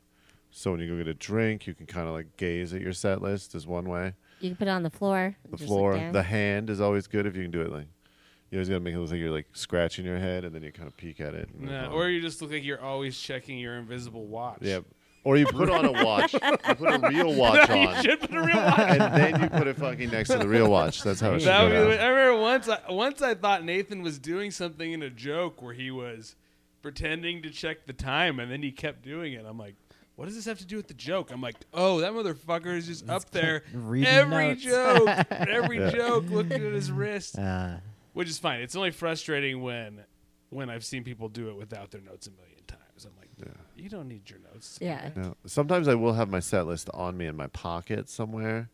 B: so when you go get a drink, you can kind of like gaze at your set list is one way.
A: You can put it on the floor.
B: The floor, the hand is always good if you can do it. Like you always gotta make it look like you're like scratching your head, and then you kind of peek at it. and
D: no,
B: move on.
D: or you just look like you're always checking your invisible watch.
B: yeah, or you put on a watch, you put a real watch
D: No, you
B: on,
D: should put a real watch.
B: and then you put it fucking next to the real watch. That's how it should
D: That
B: go.
D: would be the way-
B: down.
D: I remember once I, once I thought Nathan was doing something in a joke where he was pretending to check the time and then he kept doing it. I'm like, what does this have to do with the joke? I'm like, oh, that motherfucker is just up there
C: reading
D: every
C: notes.
D: joke, every
B: Yeah.
D: joke, looking at his wrist,
C: Uh,
D: which is fine. It's only frustrating when when I've seen people do it without their notes a million times. I'm like, you don't need your notes.
A: Yeah.
B: No. Sometimes I will have my set list on me in my pocket somewhere,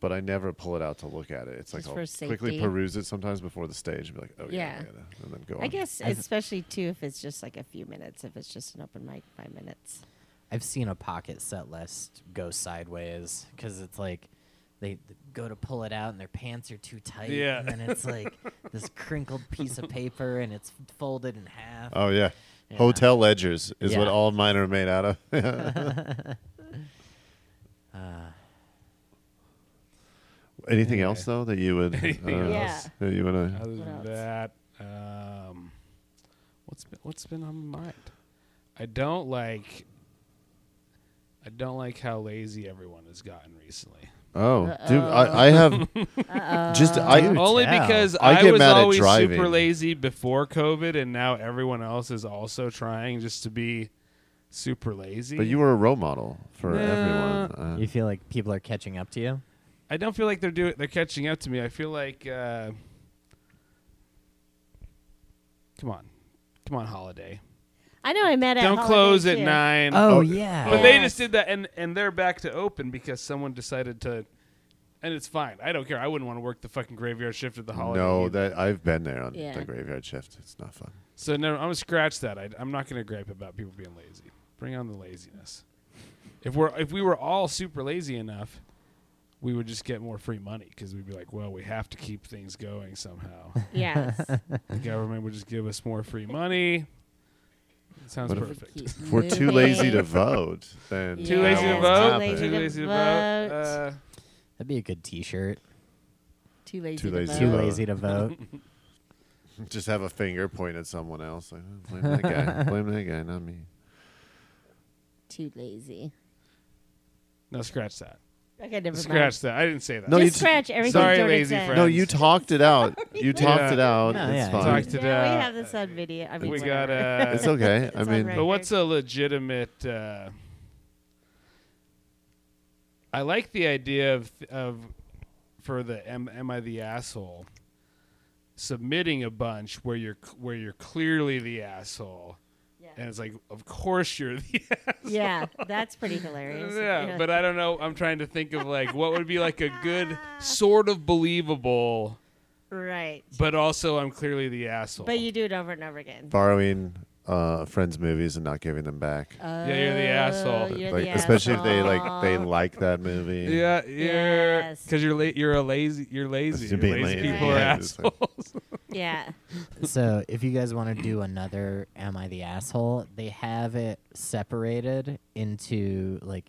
B: but I never pull it out to look at it. It's like
A: Just
B: I'll
A: for
B: quickly
A: safety.
B: peruse it sometimes before the stage and be like, oh yeah,
A: Yeah.
B: I gotta- and then go.
A: I
B: on.
A: guess,
C: I've-
A: especially too, if it's just like a few minutes, if it's just an open mic, five minutes.
C: I've seen a pocket set list go sideways because it's like they th- go to pull it out and their pants are too tight.
D: Yeah.
C: And then it's like this crinkled piece of paper and it's folded in half.
B: Oh yeah.
C: Yeah.
B: Hotel ledgers is what
C: Yeah.
B: all mine are made out of. Uh. Anything else though that you would?
D: Anything
B: uh,
A: else? Yeah.
B: that you want to?
D: Other
A: What
D: than
A: else?
D: that, um, what's been what's been on my mind? I don't like. I don't like how lazy everyone has gotten recently.
B: Oh, dude, I, I have just I
D: Uh, Only
C: tell.
D: because
B: I
D: I,
B: get
D: was
B: mad at
D: always super
B: driving.
D: lazy before COVID, and now everyone else is also trying just to be super lazy.
B: but you were a role model for
D: Nah.
B: everyone.
C: You
B: Uh,
C: feel like people are catching up to you?
D: I don't feel like they're doing. They're catching up to me. I feel like. Uh, come on, come on, holiday.
A: I know I met at.
D: don't
A: Holiday
D: close at
A: too.
D: nine.
C: Oh,
B: Oh,
C: yeah.
D: But they
A: Yeah.
D: just did that, and and they're back to open because someone decided to, and it's fine. I don't care. I wouldn't want to work the fucking graveyard shift at the holiday.
B: no,
D: either.
B: that I've been there on
A: Yeah.
B: the graveyard shift. It's not fun.
D: so no, I'm gonna scratch that. I, I'm not gonna gripe about people being lazy. Bring on the laziness. If we're if we were all super lazy enough, we would just get more free money because we'd be like, well, we have to keep things going somehow.
A: Yes.
D: the government would just give us more free money. Sounds
B: What if-
D: perfect.
B: If we're too lazy to vote, then
A: Yeah.
B: that
D: Too lazy to
B: won't
D: vote.
B: happen.
D: Too lazy to vote. Uh,
C: That'd be a good T-shirt.
A: Too lazy.
B: Too
A: to
B: lazy
A: vote.
B: to
C: Too
B: Yeah.
C: lazy to vote.
B: Just have a finger point at someone else. Like, "Oh, blame that guy. Blame that guy, not me.
A: Too lazy.
D: no, scratch that.
A: Okay, never mind.
D: Scratch that. I didn't say that.
B: No,
A: just
B: you t-
A: scratch everything.
D: Sorry,
A: Jordan
D: lazy
A: said.
D: friend.
B: No, you talked it out. You talked
D: Yeah.
B: it out.
C: No,
B: it's
C: yeah.
B: fine.
D: Talked
A: Now
D: it
A: we
D: out.
A: have this on video. I mean,
D: we got
A: whatever.
D: uh,
B: It's okay. I
A: It's
B: mean,
A: on
D: But
A: record.
D: what's a legitimate? Uh, I like the idea of of for the am, am I the asshole submitting a bunch where you're where you're clearly the asshole, and
A: Yeah.
D: it's like of course you're the
A: yeah, that's pretty hilarious.
D: yeah. But I don't know. I'm trying to think of like what would be like a good sort of believable,
A: right.
D: but also I'm clearly the asshole.
A: But you do it over and over again.
B: borrowing uh, friends' movies and not giving them back.
A: yeah,
D: you're the asshole.
A: Oh, You're
B: like
A: the
B: especially if they like
A: asshole.
B: they like that movie.
D: yeah, yeah,
A: Yes.
D: because you're la- you're a lazy, you're lazy.
B: You're
D: You're
B: being
D: lazy
A: lazy.
D: people are
B: Yeah, it's like-
D: assholes.
A: Yeah.
C: so if you guys want to do another am i the asshole they have it separated into like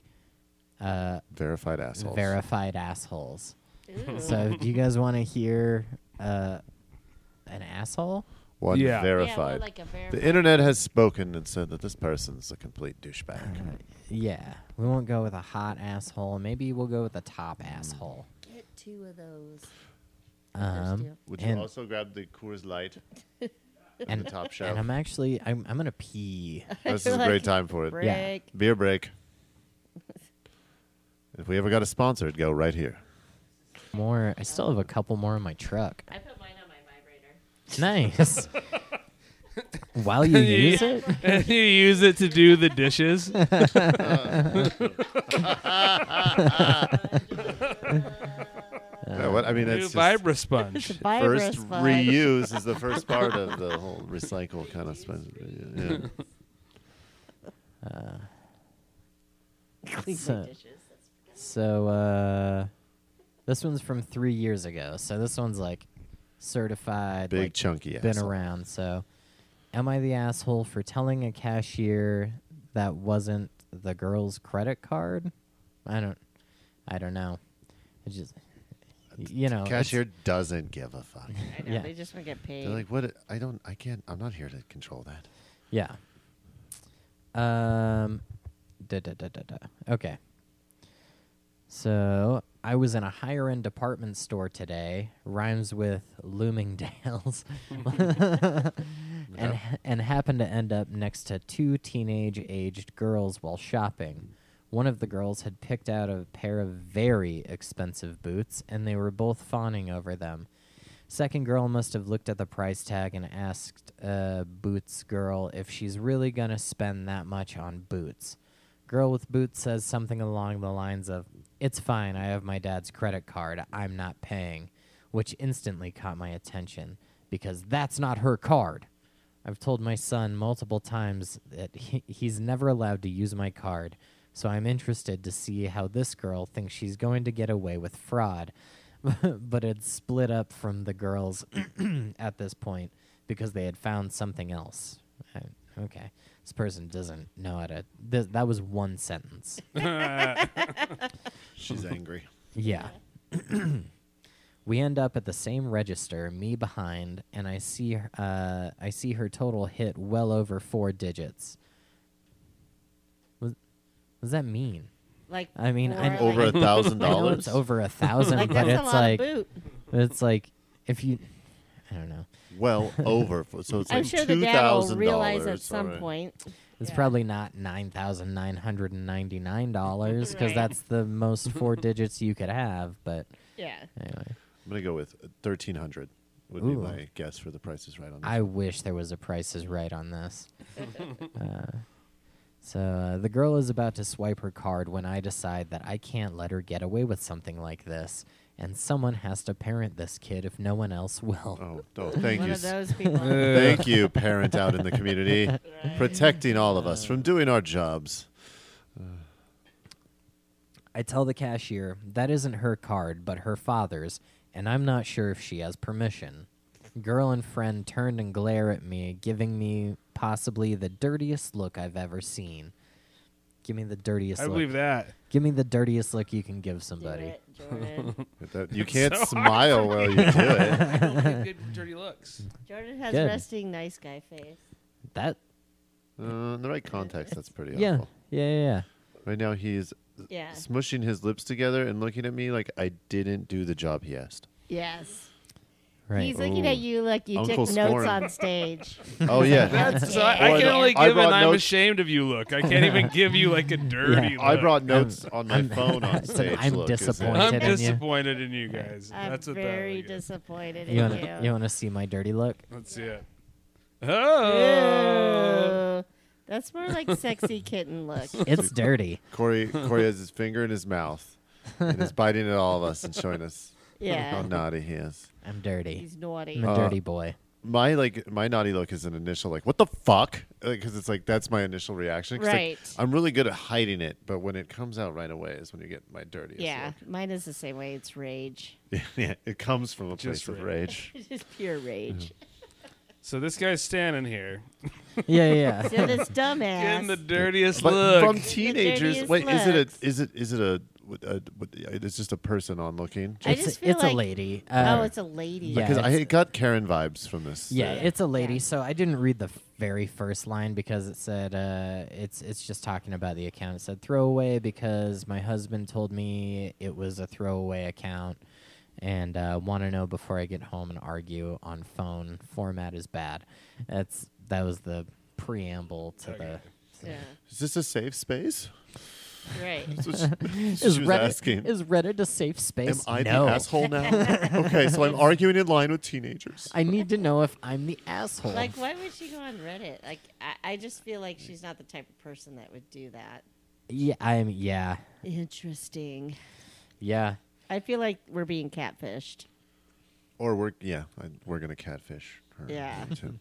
C: uh,
B: Verified assholes.
C: verified assholes
A: Ooh.
C: so do you guys want to hear uh, an asshole
B: One
D: Yeah. Yeah,
B: verified.
A: Yeah, well, like a
B: the
A: verified.
B: internet has spoken and said that this person's a complete douchebag.
C: yeah we won't go with a hot asshole maybe we'll go with a top
B: Mm.
C: asshole
A: Get two of those.
C: um,
A: deal.
B: Would
C: and-
B: also grab the Coors Light,
C: and,
B: top
C: and i'm actually I'm, I'm gonna pee
B: This is a
A: Like,
B: great time for it.
A: Break.
B: Beer break. If we ever got a sponsor, it'd go right here.
C: more i still have a couple more in my truck
A: I put mine on my vibrator.
C: nice while you use it
D: and you use it to do the dishes.
B: Yeah, what I mean,
D: do
B: that's just
D: vibra sponge.
B: first
A: Vibrous bud.
B: reuse is the first part of the whole recycle kind of sp- yeah.
A: Clean my
C: So-
A: dishes. That's-
C: So uh this one's from three years ago. So this one's like certified,
B: big
C: like,
B: chunky.
C: been
B: asshole.
C: around. So am I the asshole for telling a cashier that wasn't the girl's credit card? I don't I don't know. I just y- you know it's-
B: Cashier doesn't give a fuck.
A: I know.
C: Yeah.
A: They just want to get paid.
B: They're like, what? I don't. I can't. I'm not here to control that.
C: Yeah. Um. Da, da, da, da, da. Okay. So I was in a higher end department store today, rhymes with Loomingdale's, and and happened to end up next to two teenage aged girls while shopping. One of the girls had picked out a pair of very expensive boots, and they were both fawning over them. Second girl must have looked at the price tag and asked uh, Boots girl if she's really gonna spend that much on boots. Girl with boots says something along the lines of, "It's fine. I have my dad's credit card. I'm not paying," which instantly caught my attention because that's not her card. I've told my son multiple times that he, he's never allowed to use my card, so I'm interested to see how this girl thinks she's going to get away with fraud. but it's split up from the girls at this point because they had found something else. I- okay. This person doesn't know how to. Th- that was one sentence.
B: She's angry.
C: Yeah. we end up at the same register, me behind, and I see her- uh, I see her total hit well over four digits. What, what does that mean?
A: Like,
C: I mean, I-
A: four,
C: Like-
B: Over a
A: like,
B: thousand
C: I know it's
B: dollars.
C: over a thousand,
A: like
C: but
A: that's a
C: it's
A: lot
C: like
A: of boot.
C: it's like if you, I don't know.
B: Well over. f- So it's
A: I'm
B: like
A: sure the
B: two
A: dad will
B: thousand
A: realize
B: dollars
A: at some point.
C: It's
A: Yeah.
C: probably not nine thousand nine hundred and ninety nine dollars because
A: Right.
C: that's the most four digits you could have. But
A: Yeah.
C: anyway,
B: I'm gonna go with thirteen hundred. Would be
C: Ooh.
B: my guess for the prices right on this.
C: I wish there was a Price is Right on this. uh, so uh, the girl is about to swipe her card when I decide that I can't let her get away with something like this, and someone has to parent this kid if no one else will.
B: oh, oh, thank
A: One
B: you.
A: of
B: s-
A: those people.
B: Thank you, parent out in the community,
A: Right.
B: protecting all of us from doing our jobs.
C: I tell the cashier that isn't her card, but her father's, and I'm not sure if she has permission. Girl and friend turned and glare at me, giving me possibly the dirtiest look I've ever seen. Give me the dirtiest
D: I
C: look.
D: believe that.
C: Give me the dirtiest look you can give somebody.
A: Jordan.
B: But that- you
D: It's
B: can't
D: so hard
B: smile while you do it.
D: I don't get good dirty looks.
A: Jordan has
C: Good.
A: resting nice guy face.
C: That
B: Uh, in the right context, that's pretty
C: yeah.
B: helpful.
C: Yeah, yeah, yeah.
B: Right now, he's
A: Yeah.
B: smushing his lips together and looking at me like I didn't do the job he asked.
A: Yes.
C: Right.
A: He's looking at
B: Ooh.
A: you like you
B: Uncle
A: took
B: Scorin.
A: notes on stage.
B: Oh yeah,
A: Notes
D: So I, I
B: Or
D: can
B: the
D: only give
B: eyebrow
D: an I'm
B: notes.
D: ashamed of you look. I can't even give you like a dirty look.
B: I brought notes on my phone on
C: it's an
B: stage.
C: I'm
B: look, is it?
C: disappointed.
D: I'm
C: Pointed in you.
D: disappointed in you guys.
A: I'm
D: That's what that
A: very
D: look is.
A: disappointed
C: You
A: in
C: wanna,
A: you.
C: you wanna see my dirty look?
D: Let's see it. Oh.
A: Ew. That's more like sexy kitten look.
C: It's dirty.
B: Corey, Corey has his finger in his mouth and is biting at all of us and showing us how
A: Yeah.
B: naughty he is.
C: I'm dirty.
A: He's
C: I'm
A: naughty.
C: a
B: Uh,
C: dirty boy.
B: My like my naughty look is an initial like what the fuck because it's like that's my initial reaction. 'Cause, like,
A: Right.
B: I'm really good at hiding it, but when it comes out right away is when you get my dirtiest.
A: Yeah. Mine is the same way. It's rage.
B: look. yeah, it comes from a
D: Just
B: place of rage.
A: It's just pure rage.
D: So this guy's standing here.
C: Yeah, yeah. yeah.
A: So this dumbass.
D: Getting the dirtiest
B: But
D: look.
B: from teenagers,
A: dirtiest
B: wait, is it
A: looks.
B: a is it is it a, uh, what- a, what- it's just a person on looking?
A: I
C: it's
A: just feel
C: it's a
A: like-
C: lady. Uh,
A: oh, it's a lady.
C: Yeah,
B: Because I
C: it's-
B: got Karen vibes from this.
C: yeah,
B: uh,
C: it's a lady.
A: Yeah.
C: So I didn't read the f- very first line because it said uh, it's it's just talking about the account. It said throwaway because my husband told me it was a throwaway account, and uh, want to know before I get home and argue on phone. Format is bad. That's that was the preamble to
D: Okay.
C: the.
A: Yeah.
B: is this a safe space?
A: Right.
B: That's what she, she
C: Is
B: was
C: Reddit
B: asking.
C: is Reddit a safe
B: Am
C: space?
B: I
C: no.
B: the asshole now? okay, so I'm arguing in line with teenagers.
C: I need to know if I'm the asshole.
A: Like, why would she go on Reddit? Like, I, I just feel like she's not the type of person that would do that.
C: yeah, I'm. Yeah,
A: Interesting.
C: yeah.
A: I feel like we're being catfished.
B: or we're yeah, I, we're gonna catfish. Her
A: Yeah.
B: too.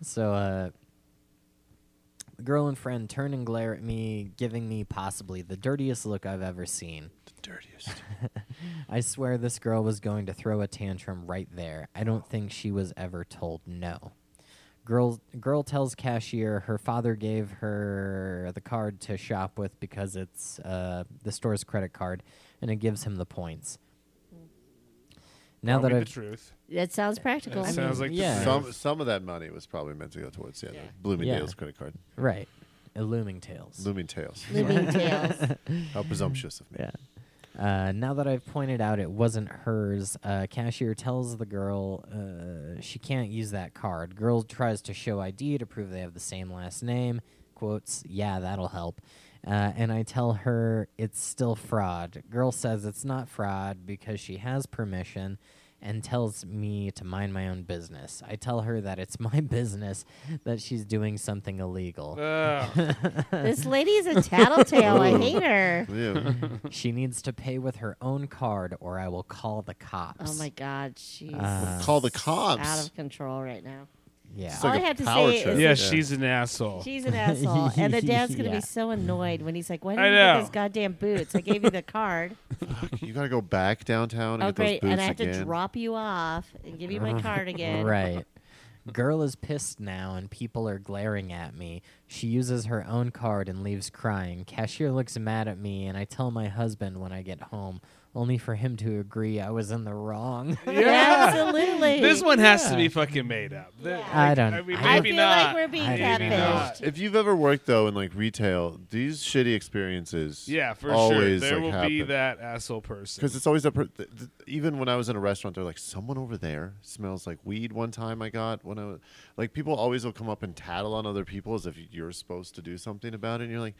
C: So, uh, the girl and friend turn and glare at me, giving me possibly the dirtiest look I've ever seen.
B: the dirtiest.
C: I swear this girl was going to throw a tantrum right there. I don't think she was ever told no. Girl, girl tells cashier her father gave her the card to shop with because it's uh, the store's credit card, and it gives him the points. Now
D: Tell
C: that
D: me
C: I've
D: the truth.
A: That sounds
D: That
A: practical.
D: sounds like the
C: yeah.
D: truth.
B: Some some of that money was probably meant to go towards yeah,
A: Yeah.
B: the Bloomingdale's
C: Yeah.
B: credit card.
C: right, Illuming Tales.
B: Blooming tails.
A: Living tales.
B: How presumptuous of me.
C: Yeah. Uh, now that I've pointed out it wasn't hers, uh, cashier tells the girl uh, she can't use that card. Girl tries to show ID to prove they have the same last name. Quotes, yeah, that'll help. Uh, and I tell her it's still fraud. Girl says it's not fraud because she has permission and tells me to mind my own business. I tell her that it's my business that she's doing something illegal.
D: Ugh.
A: this lady is a tattletale. I hate her.
B: Yeah.
C: She needs to pay with her own card or I will call the cops.
A: Oh my God, she's
C: Uh,
B: Call the
A: out
B: cops.
A: of control right now.
C: Yeah.
B: It's like
A: All I
B: a
A: have to
B: power
A: say
B: trip.
A: is-
D: yeah, she's an asshole.
A: She's an asshole, and the dad's gonna
C: Yeah.
A: be so annoyed when he's like, "Why
D: I
A: didn't you get
D: know.
A: those goddamn boots? I gave you the card.
B: You gotta go back downtown and
A: oh
B: get
A: great,
B: those boots
A: and I have
B: again.
A: to drop you off and give you my card again.
C: Right. Girl is pissed now and people are glaring at me. She uses her own card and leaves crying. Cashier looks mad at me and I tell my husband when I get home, only for him to agree I was in the wrong.
A: Absolutely.
D: This one has to be fucking made up. The-
A: Yeah.
D: like,
C: I don't-
D: I mean,
C: I
A: I
D: maybe
A: feel
D: not.
A: like we're being
C: I
D: Maybe not.
A: catfished.
B: If you've ever worked though in like retail, these shitty experiences
D: Yeah, for
B: always
D: sure. There
B: like
D: will
B: happen.
D: be that asshole person.
B: Because it's always that. Per- th- th- even when I was in a restaurant, they're like, "Someone over there smells like weed." One time I got when I was like, people always will come up and tattle on other people as if you're supposed to do something about it. And you're like,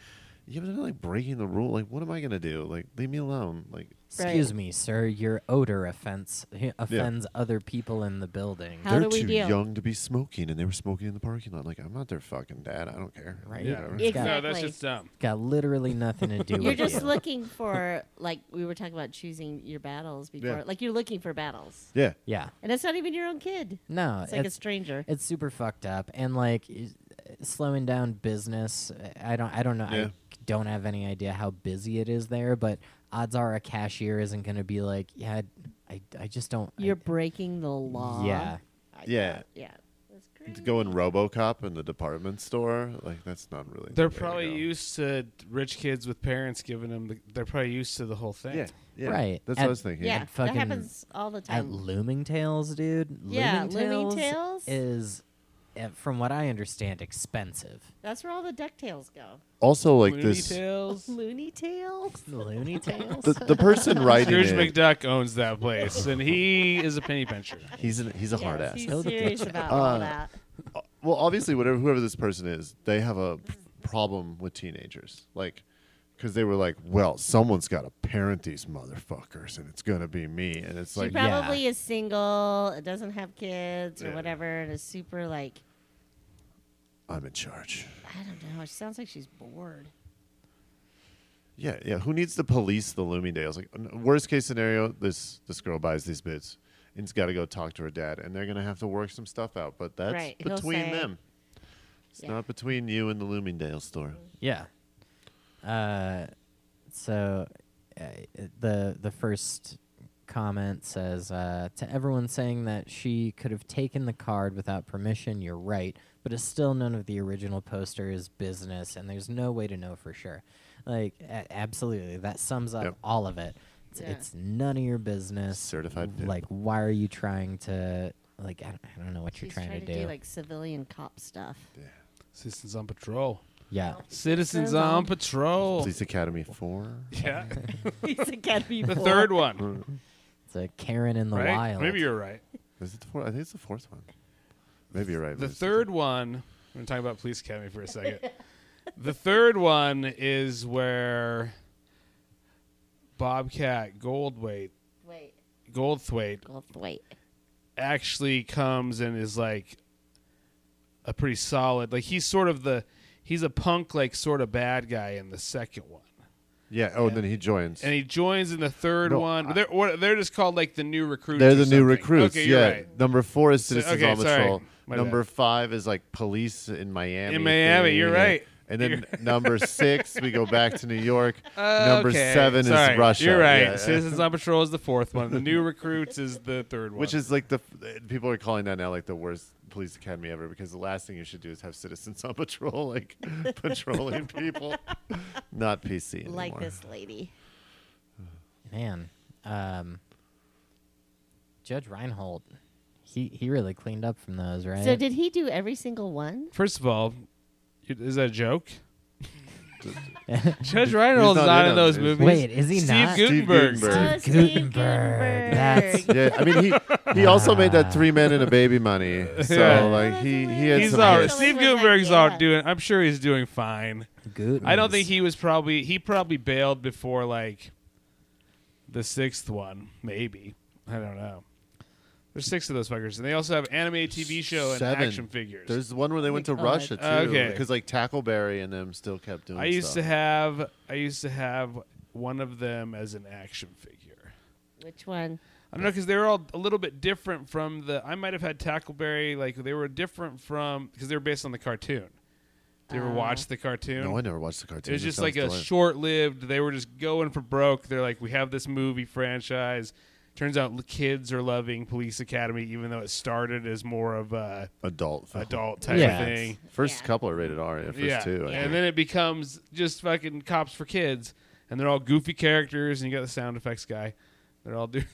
B: "Yeah, but they're like breaking the rule. Like, what am I gonna do? Like, leave me alone." Like,
C: Excuse me, sir, your odor offense offends other people in the building.
A: How do
B: they're
A: we
B: too
A: deal?
B: young to be smoking, and they were smoking in the parking lot. Like, I'm not their fucking dad. I don't care.
C: Right.
D: yeah,
C: It's
A: Exactly.
D: no, that's just dumb.
C: Got literally nothing to do
A: You're
C: with
A: just
C: you.
A: looking for like we were talking about choosing your battles before.
B: Yeah.
A: Like you're looking for battles,
B: Yeah.
C: yeah.
A: and it's not even your own kid.
C: No,
A: It's like a stranger.
C: It's super fucked up, and like, is- slowing down business. I don't. I don't know.
B: Yeah.
C: I don't have any idea how busy it is there, but odds are a cashier isn't going to be like, yeah, I, I just don't. I-
A: You're breaking the law.
C: Yeah.
A: I
B: Yeah.
A: got- yeah. That's
B: To
A: crazy.
B: go in RoboCop in the department store, like that's not really. the
D: They're
B: way to
D: probably
B: go.
D: used to rich kids with parents giving them. The, they're probably used to the whole thing.
B: Yeah, yeah,
C: Right.
B: That's what
C: And-
B: I was thinking.
A: Yeah,
C: At fucking-
A: that happens all the
C: at
A: time.
C: Looming Tales, dude.
A: Yeah,
C: Looming
A: Looming Tales?
C: is, uh, from what I understand, expensive.
A: That's where all the Ducktales go.
B: Also, like
D: Looney
B: this,
D: Tales.
A: Looney Tales.
C: Looney Tales.
B: the, the person writing
D: Scrooge
B: it,
D: McDuck owns that place, and he is a penny pincher.
B: he's an, he's a hard
A: yes,
B: ass.
A: He's
C: Tell the
A: serious
C: picture.
A: about all
B: Uh,
A: that.
B: well obviously whatever whoever this person is they have a p- problem with teenagers like because they were like well someone's got to parent these motherfuckers and it's gonna be me and it's
A: She
B: like
C: yeah.
A: probably is single, doesn't have kids or
B: Yeah.
A: whatever, and is super like
B: i'm in charge
A: I don't know. It sounds like she's bored.
B: yeah yeah who needs to police the looming day i was like "N- worst case scenario this this girl buys these bits and's got to go talk to her dad and they're gonna have to work some stuff out but that's
A: Right, he'll
B: between
A: say-
B: them it's
A: Yeah.
B: not between you and the Loomingdale store.
C: Yeah. Uh, so uh, the the first comment says uh, to everyone saying that she could have taken the card without permission. You're right, but it's still none of the original poster's business, and there's no way to know for sure. Like, a- absolutely, that sums up
B: Yep.
C: all of it. It's,
A: Yeah.
C: it's none of your business.
B: Certified pimp.
C: Like, why are you trying to? Like, I don't, I don't know what
A: She's
C: you're trying, to, do.
A: like civilian cop stuff.
D: Citizens on patrol.
C: yeah.
D: Citizens on patrol.
B: Police Academy 4.
D: Yeah,
A: He's Academy
D: the
A: four.
D: third
B: Hmm.
D: one.
C: It's a Karen in the
D: right?
C: wild.
D: Maybe you're right.
B: Is it the four? I think it's the fourth one. Maybe you're right.
D: The
B: but it's-
D: third one, I'm going to talk about Police Academy for a second. the third one is where Bobcat Goldthwait,
A: Wait,
D: Goldthwait
A: well, wait.
D: actually comes and is like a pretty solid, like he's sort of the, he's a punk like sort of bad guy in the second one.
B: Yeah. Oh, and then he joins.
D: And he joins in the third
B: No,
D: one.
B: I-
D: they're, what, they're just called like the new recruits.
B: They're
D: or
B: the new
D: something.
B: recruits.
D: Okay, you're
B: yeah.
D: right.
B: Number four is
D: So-
B: Citizens
D: okay,
B: on
D: sorry.
B: Patrol.
D: My
B: number five is like police in Miami.
D: In Miami,
B: thing.
D: you're right.
B: And then number six, we go back to New York. number
D: Okay,
B: seven
D: sorry.
B: is Russia.
D: You're right.
B: Yeah.
D: Citizens on Patrol is the fourth one. The new recruits is the third one.
B: Which is like the people are calling that now like the worst police academy ever because the last thing you should do is have citizens on patrol like patrolling people, not PC anymore.
A: Like this lady.
C: Man, um, Judge Reinhold, he he really cleaned up from those, right?
A: So did he do every single one?
D: first of all, y- is that a joke? Judge Reinhold's
B: not
D: not,
B: in
D: in
B: on
D: those
B: it.
D: movies.
C: Wait, is he
D: Steve
C: not?
D: Gutenberg.
B: Steve Gutenberg.
A: Oh, Steve
C: Gutenberg.
A: Gutenberg.
C: That's-
B: Yeah, I mean he he also made that three men and a baby money. So
D: Yeah.
B: like he he had
D: He's
B: some hits.
D: all right.
A: hits.
D: Steve
A: Someone was like,
D: Gutenberg's
A: yeah.
D: out doing. I'm sure he's doing fine.
C: Good.
D: I don't think he was probably. He probably bailed before like the sixth one, maybe. I don't know. There's six of those fuckers, and they also have anime, TV show, and
B: Seven.
D: action figures.
B: There's one where they went to
A: Oh,
B: Russia too,
D: that's- Okay.
B: because like Tackleberry and them still kept doing.
D: I used to
B: stuff.
D: have I used to have one of them as an action figure.
A: Which one?
D: I don't know because they were all a little bit different from the. I might have had Tackleberry like they were different from because they were based on the cartoon. Did you ever
A: Oh.
D: watch the cartoon?
B: Ah. No, I never watched the cartoon.
D: it was
B: That
D: just
B: sounds
D: like a
B: delicious.
D: short-lived. They were just going for broke. They're like, we have this movie franchise. Turns out l- kids are loving Police Academy, even though it started as more of a
B: adult film.
D: adult type
C: Yeah.
D: of thing.
B: First
A: Yeah.
B: couple are rated R. Yeah, first two. I
D: And
B: think.
D: then it becomes just fucking cops for kids, and they're all goofy characters, and you got the sound effects guy. They're all doing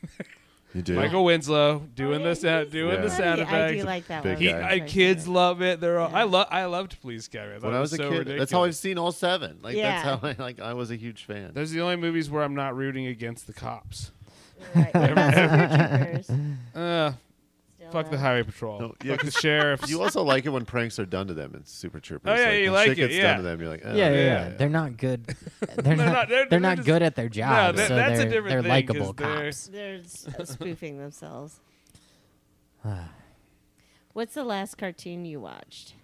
B: you do.
D: Michael Winslow doing
A: Oh,
D: the
A: yeah,
D: sound, doing
B: Yeah.
D: the sound
A: Yeah, I do
D: effects.
A: like that
B: Big
A: one.
D: He,
B: guy.
D: I, kids love it. They're all. I
A: Yeah.
D: love. I loved Police Academy. I thought
B: when
D: it
B: I was a
D: so
B: kid, that's how I've
D: ridiculous.
B: seen all seven. Like
A: Yeah.
B: that's how I like. I was a huge fan.
D: Those are the only movies where I'm not rooting against the cops.
A: Right. What about Super Troopers?
D: Uh,
A: Still
D: fuck the
A: not.
D: highway patrol.
B: No, yeah,
D: fuck the
B: 'cause
D: sheriffs.
B: you also like it when pranks are done to them in Super Troopers.
D: Oh, yeah, you
B: when
D: like
B: shit
D: it,
B: Gets
D: yeah.
B: done to them. You're like, oh,
C: Yeah, yeah, yeah.
B: yeah.
C: They're not good. They're
D: No,
C: not.
D: no,
C: they're,
D: they're- they're
C: not
D: just-
C: good at their job.
D: that-
C: so
D: that's a
C: they're,
D: different
C: they're
D: thing,
C: likable
D: 'cause they're-
C: cops.
A: They're s- uh, spoofing themselves. What's the last cartoon you watched?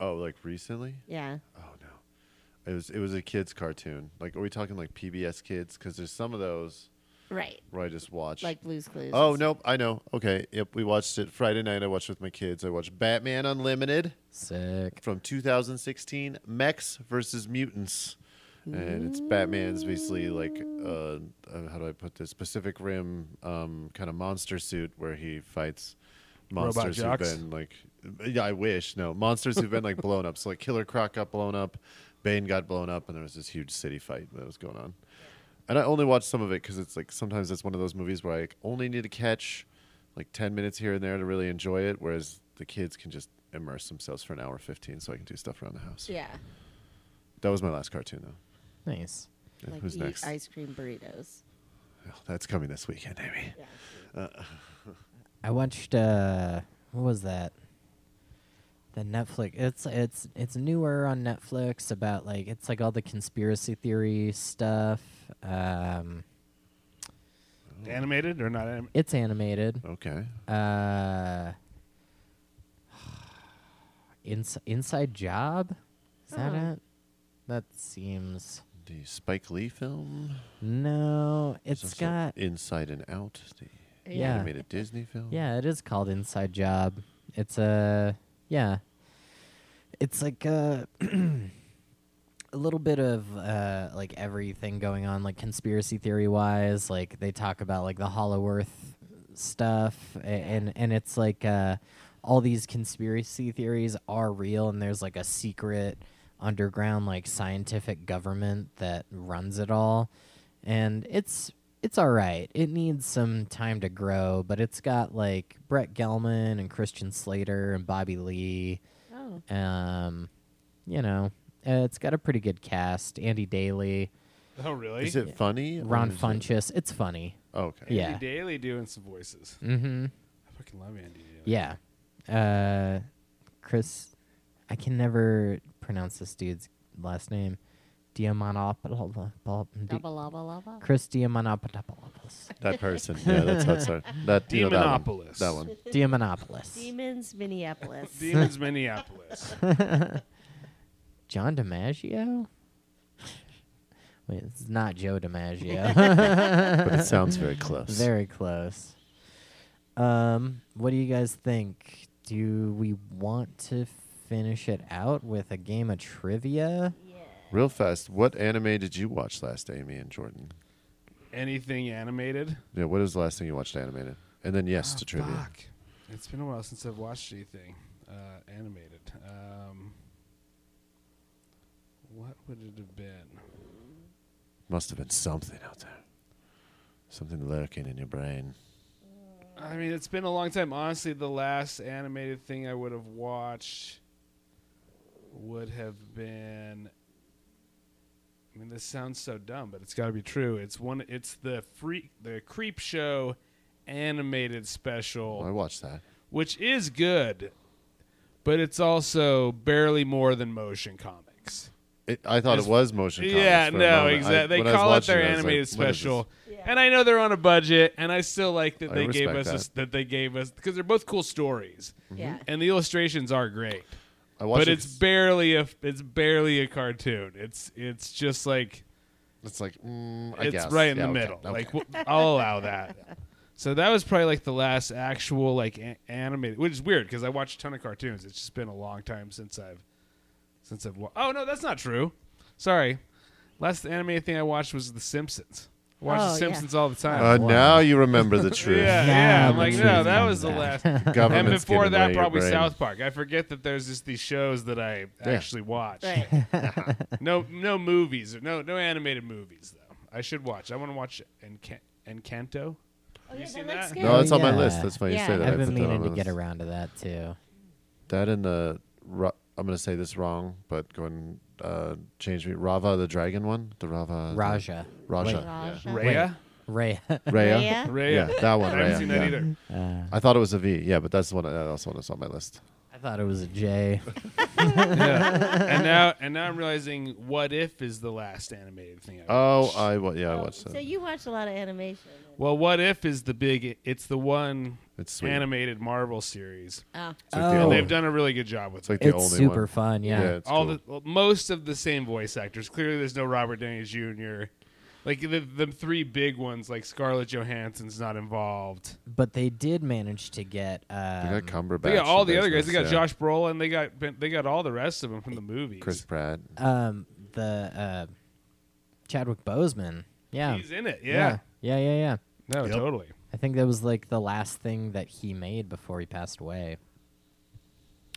B: Oh, like recently?
A: Yeah.
B: Oh no, it was it was a kids cartoon. Like, are we talking like PBS Kids? Because there's some of those.
A: Right.
B: where I just watch.
A: Like Blue's Clues.
B: oh nope, I know. Okay, yep, we watched it Friday night. I watched with my kids. I watched Batman Unlimited
C: Sick.
B: from 2016, Mechs versus Mutants, and it's Batman's basically like uh, uh, how do I put this Pacific Rim um, kind of monster suit where he fights
D: Robot
B: monsters who've
D: jocks?
B: been like yeah, I wish no monsters who've been like blown up. So like Killer Croc got blown up, Bane got blown up, and there was this huge city fight that was going on. And I only watched some of it because it's like sometimes it's one of those movies where I like, only need to catch like 10 minutes here and there to really enjoy it, whereas the kids can just immerse themselves for an hour 15 so I can do stuff around the house.
A: Yeah.
B: That was my last cartoon, though.
C: Nice.
B: And
A: Like
B: Who's
A: eat
B: next?
A: ice cream burritos.
B: Oh, that's coming this weekend, Amy.
A: Yeah.
C: I watched uh what was that? The Netflix it's it's it's newer on Netflix about like it's like all the conspiracy theory stuff. Um
D: Animated or not anim-
C: it's animated.
B: Okay.
C: Uh Ins- Inside Job? Is that
A: Oh.
C: it? That seems
B: The Spike Lee film.
C: no,
B: It's
C: it's got
B: Inside and Out, the
C: Yeah.
B: animated Disney film.
C: Yeah, it is called Inside Job. It's a yeah. It's like a a little bit of uh, like everything going on, like conspiracy theory wise. Like they talk about like the Hollow Earth stuff, a- and and it's like uh, all these conspiracy theories are real, and there's like a secret underground like scientific government that runs it all, and it's it's all right. It needs some time to grow, but it's got like Brett Gelman and Christian Slater and Bobby Lee.
A: Oh.
C: Um, you know, uh, it's got a pretty good cast. Andy Daly,
D: Oh, really?
B: Is it funny? or
C: Ron
B: is it-
C: Funches. It's funny.
B: Oh, okay.
C: Yeah.
D: Andy Daly doing some voices.
C: Mm-hmm.
D: I fucking love Andy Daly.
C: Yeah. Uh, Chris, I can never pronounce this dude's last name. Diamanopoulos.
A: Lava lava lava.
C: Chris Diamanopoulos.
B: That person. Yeah, that's how it's started. That, you know, that one.
D: Demonopolis.
B: That one.
C: Diamanopoulos.
A: Demons Minneapolis.
D: Demons Minneapolis.
C: John DiMaggio? Wait, it's not Joe DiMaggio.
B: But it sounds very close.
C: Very close. Um, what do you guys think? Do we want to finish it out with a game of trivia?
B: Real fast, what anime did you watch last, Amy and Jordan?
D: Anything animated?
B: Yeah, what is the last thing you watched animated? And then yes to trivia.
D: Oh, Fuck. It's been a while since I've watched anything uh, animated. Um, what would it have been?
B: Must have been something out there. Something lurking in your brain.
D: I mean, it's been a long time. Honestly, the last animated thing I would have watched would have been. I mean, this sounds so dumb, but it's got to be true. It's one. It's the free, the creep show, animated
B: Well, I
D: special,
B: watched that.
D: which is good, but it's also barely more than motion comics.
B: It, I thought
D: It's-
B: it was motion. comics
D: Yeah,
B: for a
D: no,
B: moment. I-
D: exactly.
B: when
D: they
B: I was
D: call it
B: watching
D: their
B: I was like,
D: animated
B: "What is this?"
D: special,
A: Yeah.
D: and I know they're on a budget, and I still like that
B: I
D: they gave us
B: respect
D: a s- that they gave us because they're both cool stories,
A: Yeah.
D: and the illustrations are great,
B: I watched
D: but
B: it-
D: it's barely a it's barely a cartoon. It's it's just like
B: it's like mm, I
D: it's
B: guess.
D: right in
B: Yeah,
D: the
B: okay,
D: middle.
B: okay.
D: Like w- I'll allow that. So that was probably like the last actual like a- animated, which is weird because I watch a ton of cartoons. It's just been a long time since I've since I've. Wa- oh no, that's not true. Sorry, last animated thing I watched was The Simpsons. I watch
A: Oh,
D: The
A: yeah.
D: Simpsons all the time.
B: uh,
C: Wow.
B: now you remember the truth.
D: yeah,
C: Now
D: yeah. I'm
C: the
D: like,
C: truth
D: no, that
C: comes
D: was the
C: out.
D: last. and
B: Government's
D: before
B: giving
D: that,
B: away your
D: probably
B: brain.
D: South Park. I forget that there's just these shows that I
B: Yeah.
D: actually watch.
A: Right.
D: No, no movies. No, no animated movies though. I should watch. I want to watch Encan- Encanto.
A: Oh,
D: You
A: yeah,
D: seen
A: that looks
D: that?
A: good.
B: No, it's on my
C: Yeah.
B: list. That's why you
A: Yeah.
B: say that.
C: I've
B: I
C: been
B: put that on
C: meaning to
B: my
C: get
B: list.
C: around to that too.
B: That and the Ra- I'm gonna say this wrong, but go and uh, change me. Rava the dragon one, the Rava
C: Raja.
B: Raja,
A: Raja.
B: yeah.
D: Raya.
C: Ray.
B: Raya,
D: Raya.
B: yeah, that one.
D: I haven't
B: Raya,
D: seen that
B: yeah.
D: either.
C: Uh,
B: I thought it was a V. Yeah, but that's the one. uh, That's also one that's on my list.
C: I thought it was a J.
D: yeah. And now, and now I'm realizing what if is the last animated thing. I
B: Oh,
D: watched.
B: I wa- yeah, I
A: Oh,
B: watched
A: So
B: that.
A: you watch a lot of animation.
D: well, what if is the big? It's the one
B: It's sweet.
D: animated Marvel series.
A: Oh.
B: It's like the
C: Oh.
D: And
B: only-
D: they've done a really good job with
B: It's like the
C: it's
B: only
C: super
B: one.
C: fun. Yeah.
B: Yeah, it's
D: all
B: cool.
D: the well, most of the same voice actors. Clearly, there's no Robert Downey Jr. Like the the three big ones, like Scarlett Johansson's not involved.
C: But they did manage to get. Um,
B: They got Cumberbatch.
D: They got all
B: in
D: the other guys. They
B: business,
D: got
B: yeah.
D: Josh Brolin. They got Ben- they got all the rest of them from the movies.
B: Chris Pratt.
C: um, the uh, Chadwick Boseman. Yeah.
D: He's in it. Yeah.
C: yeah. Yeah. Yeah. Yeah.
D: No,
B: Yep.
D: totally.
C: I think that was like the last thing that he made before he passed away.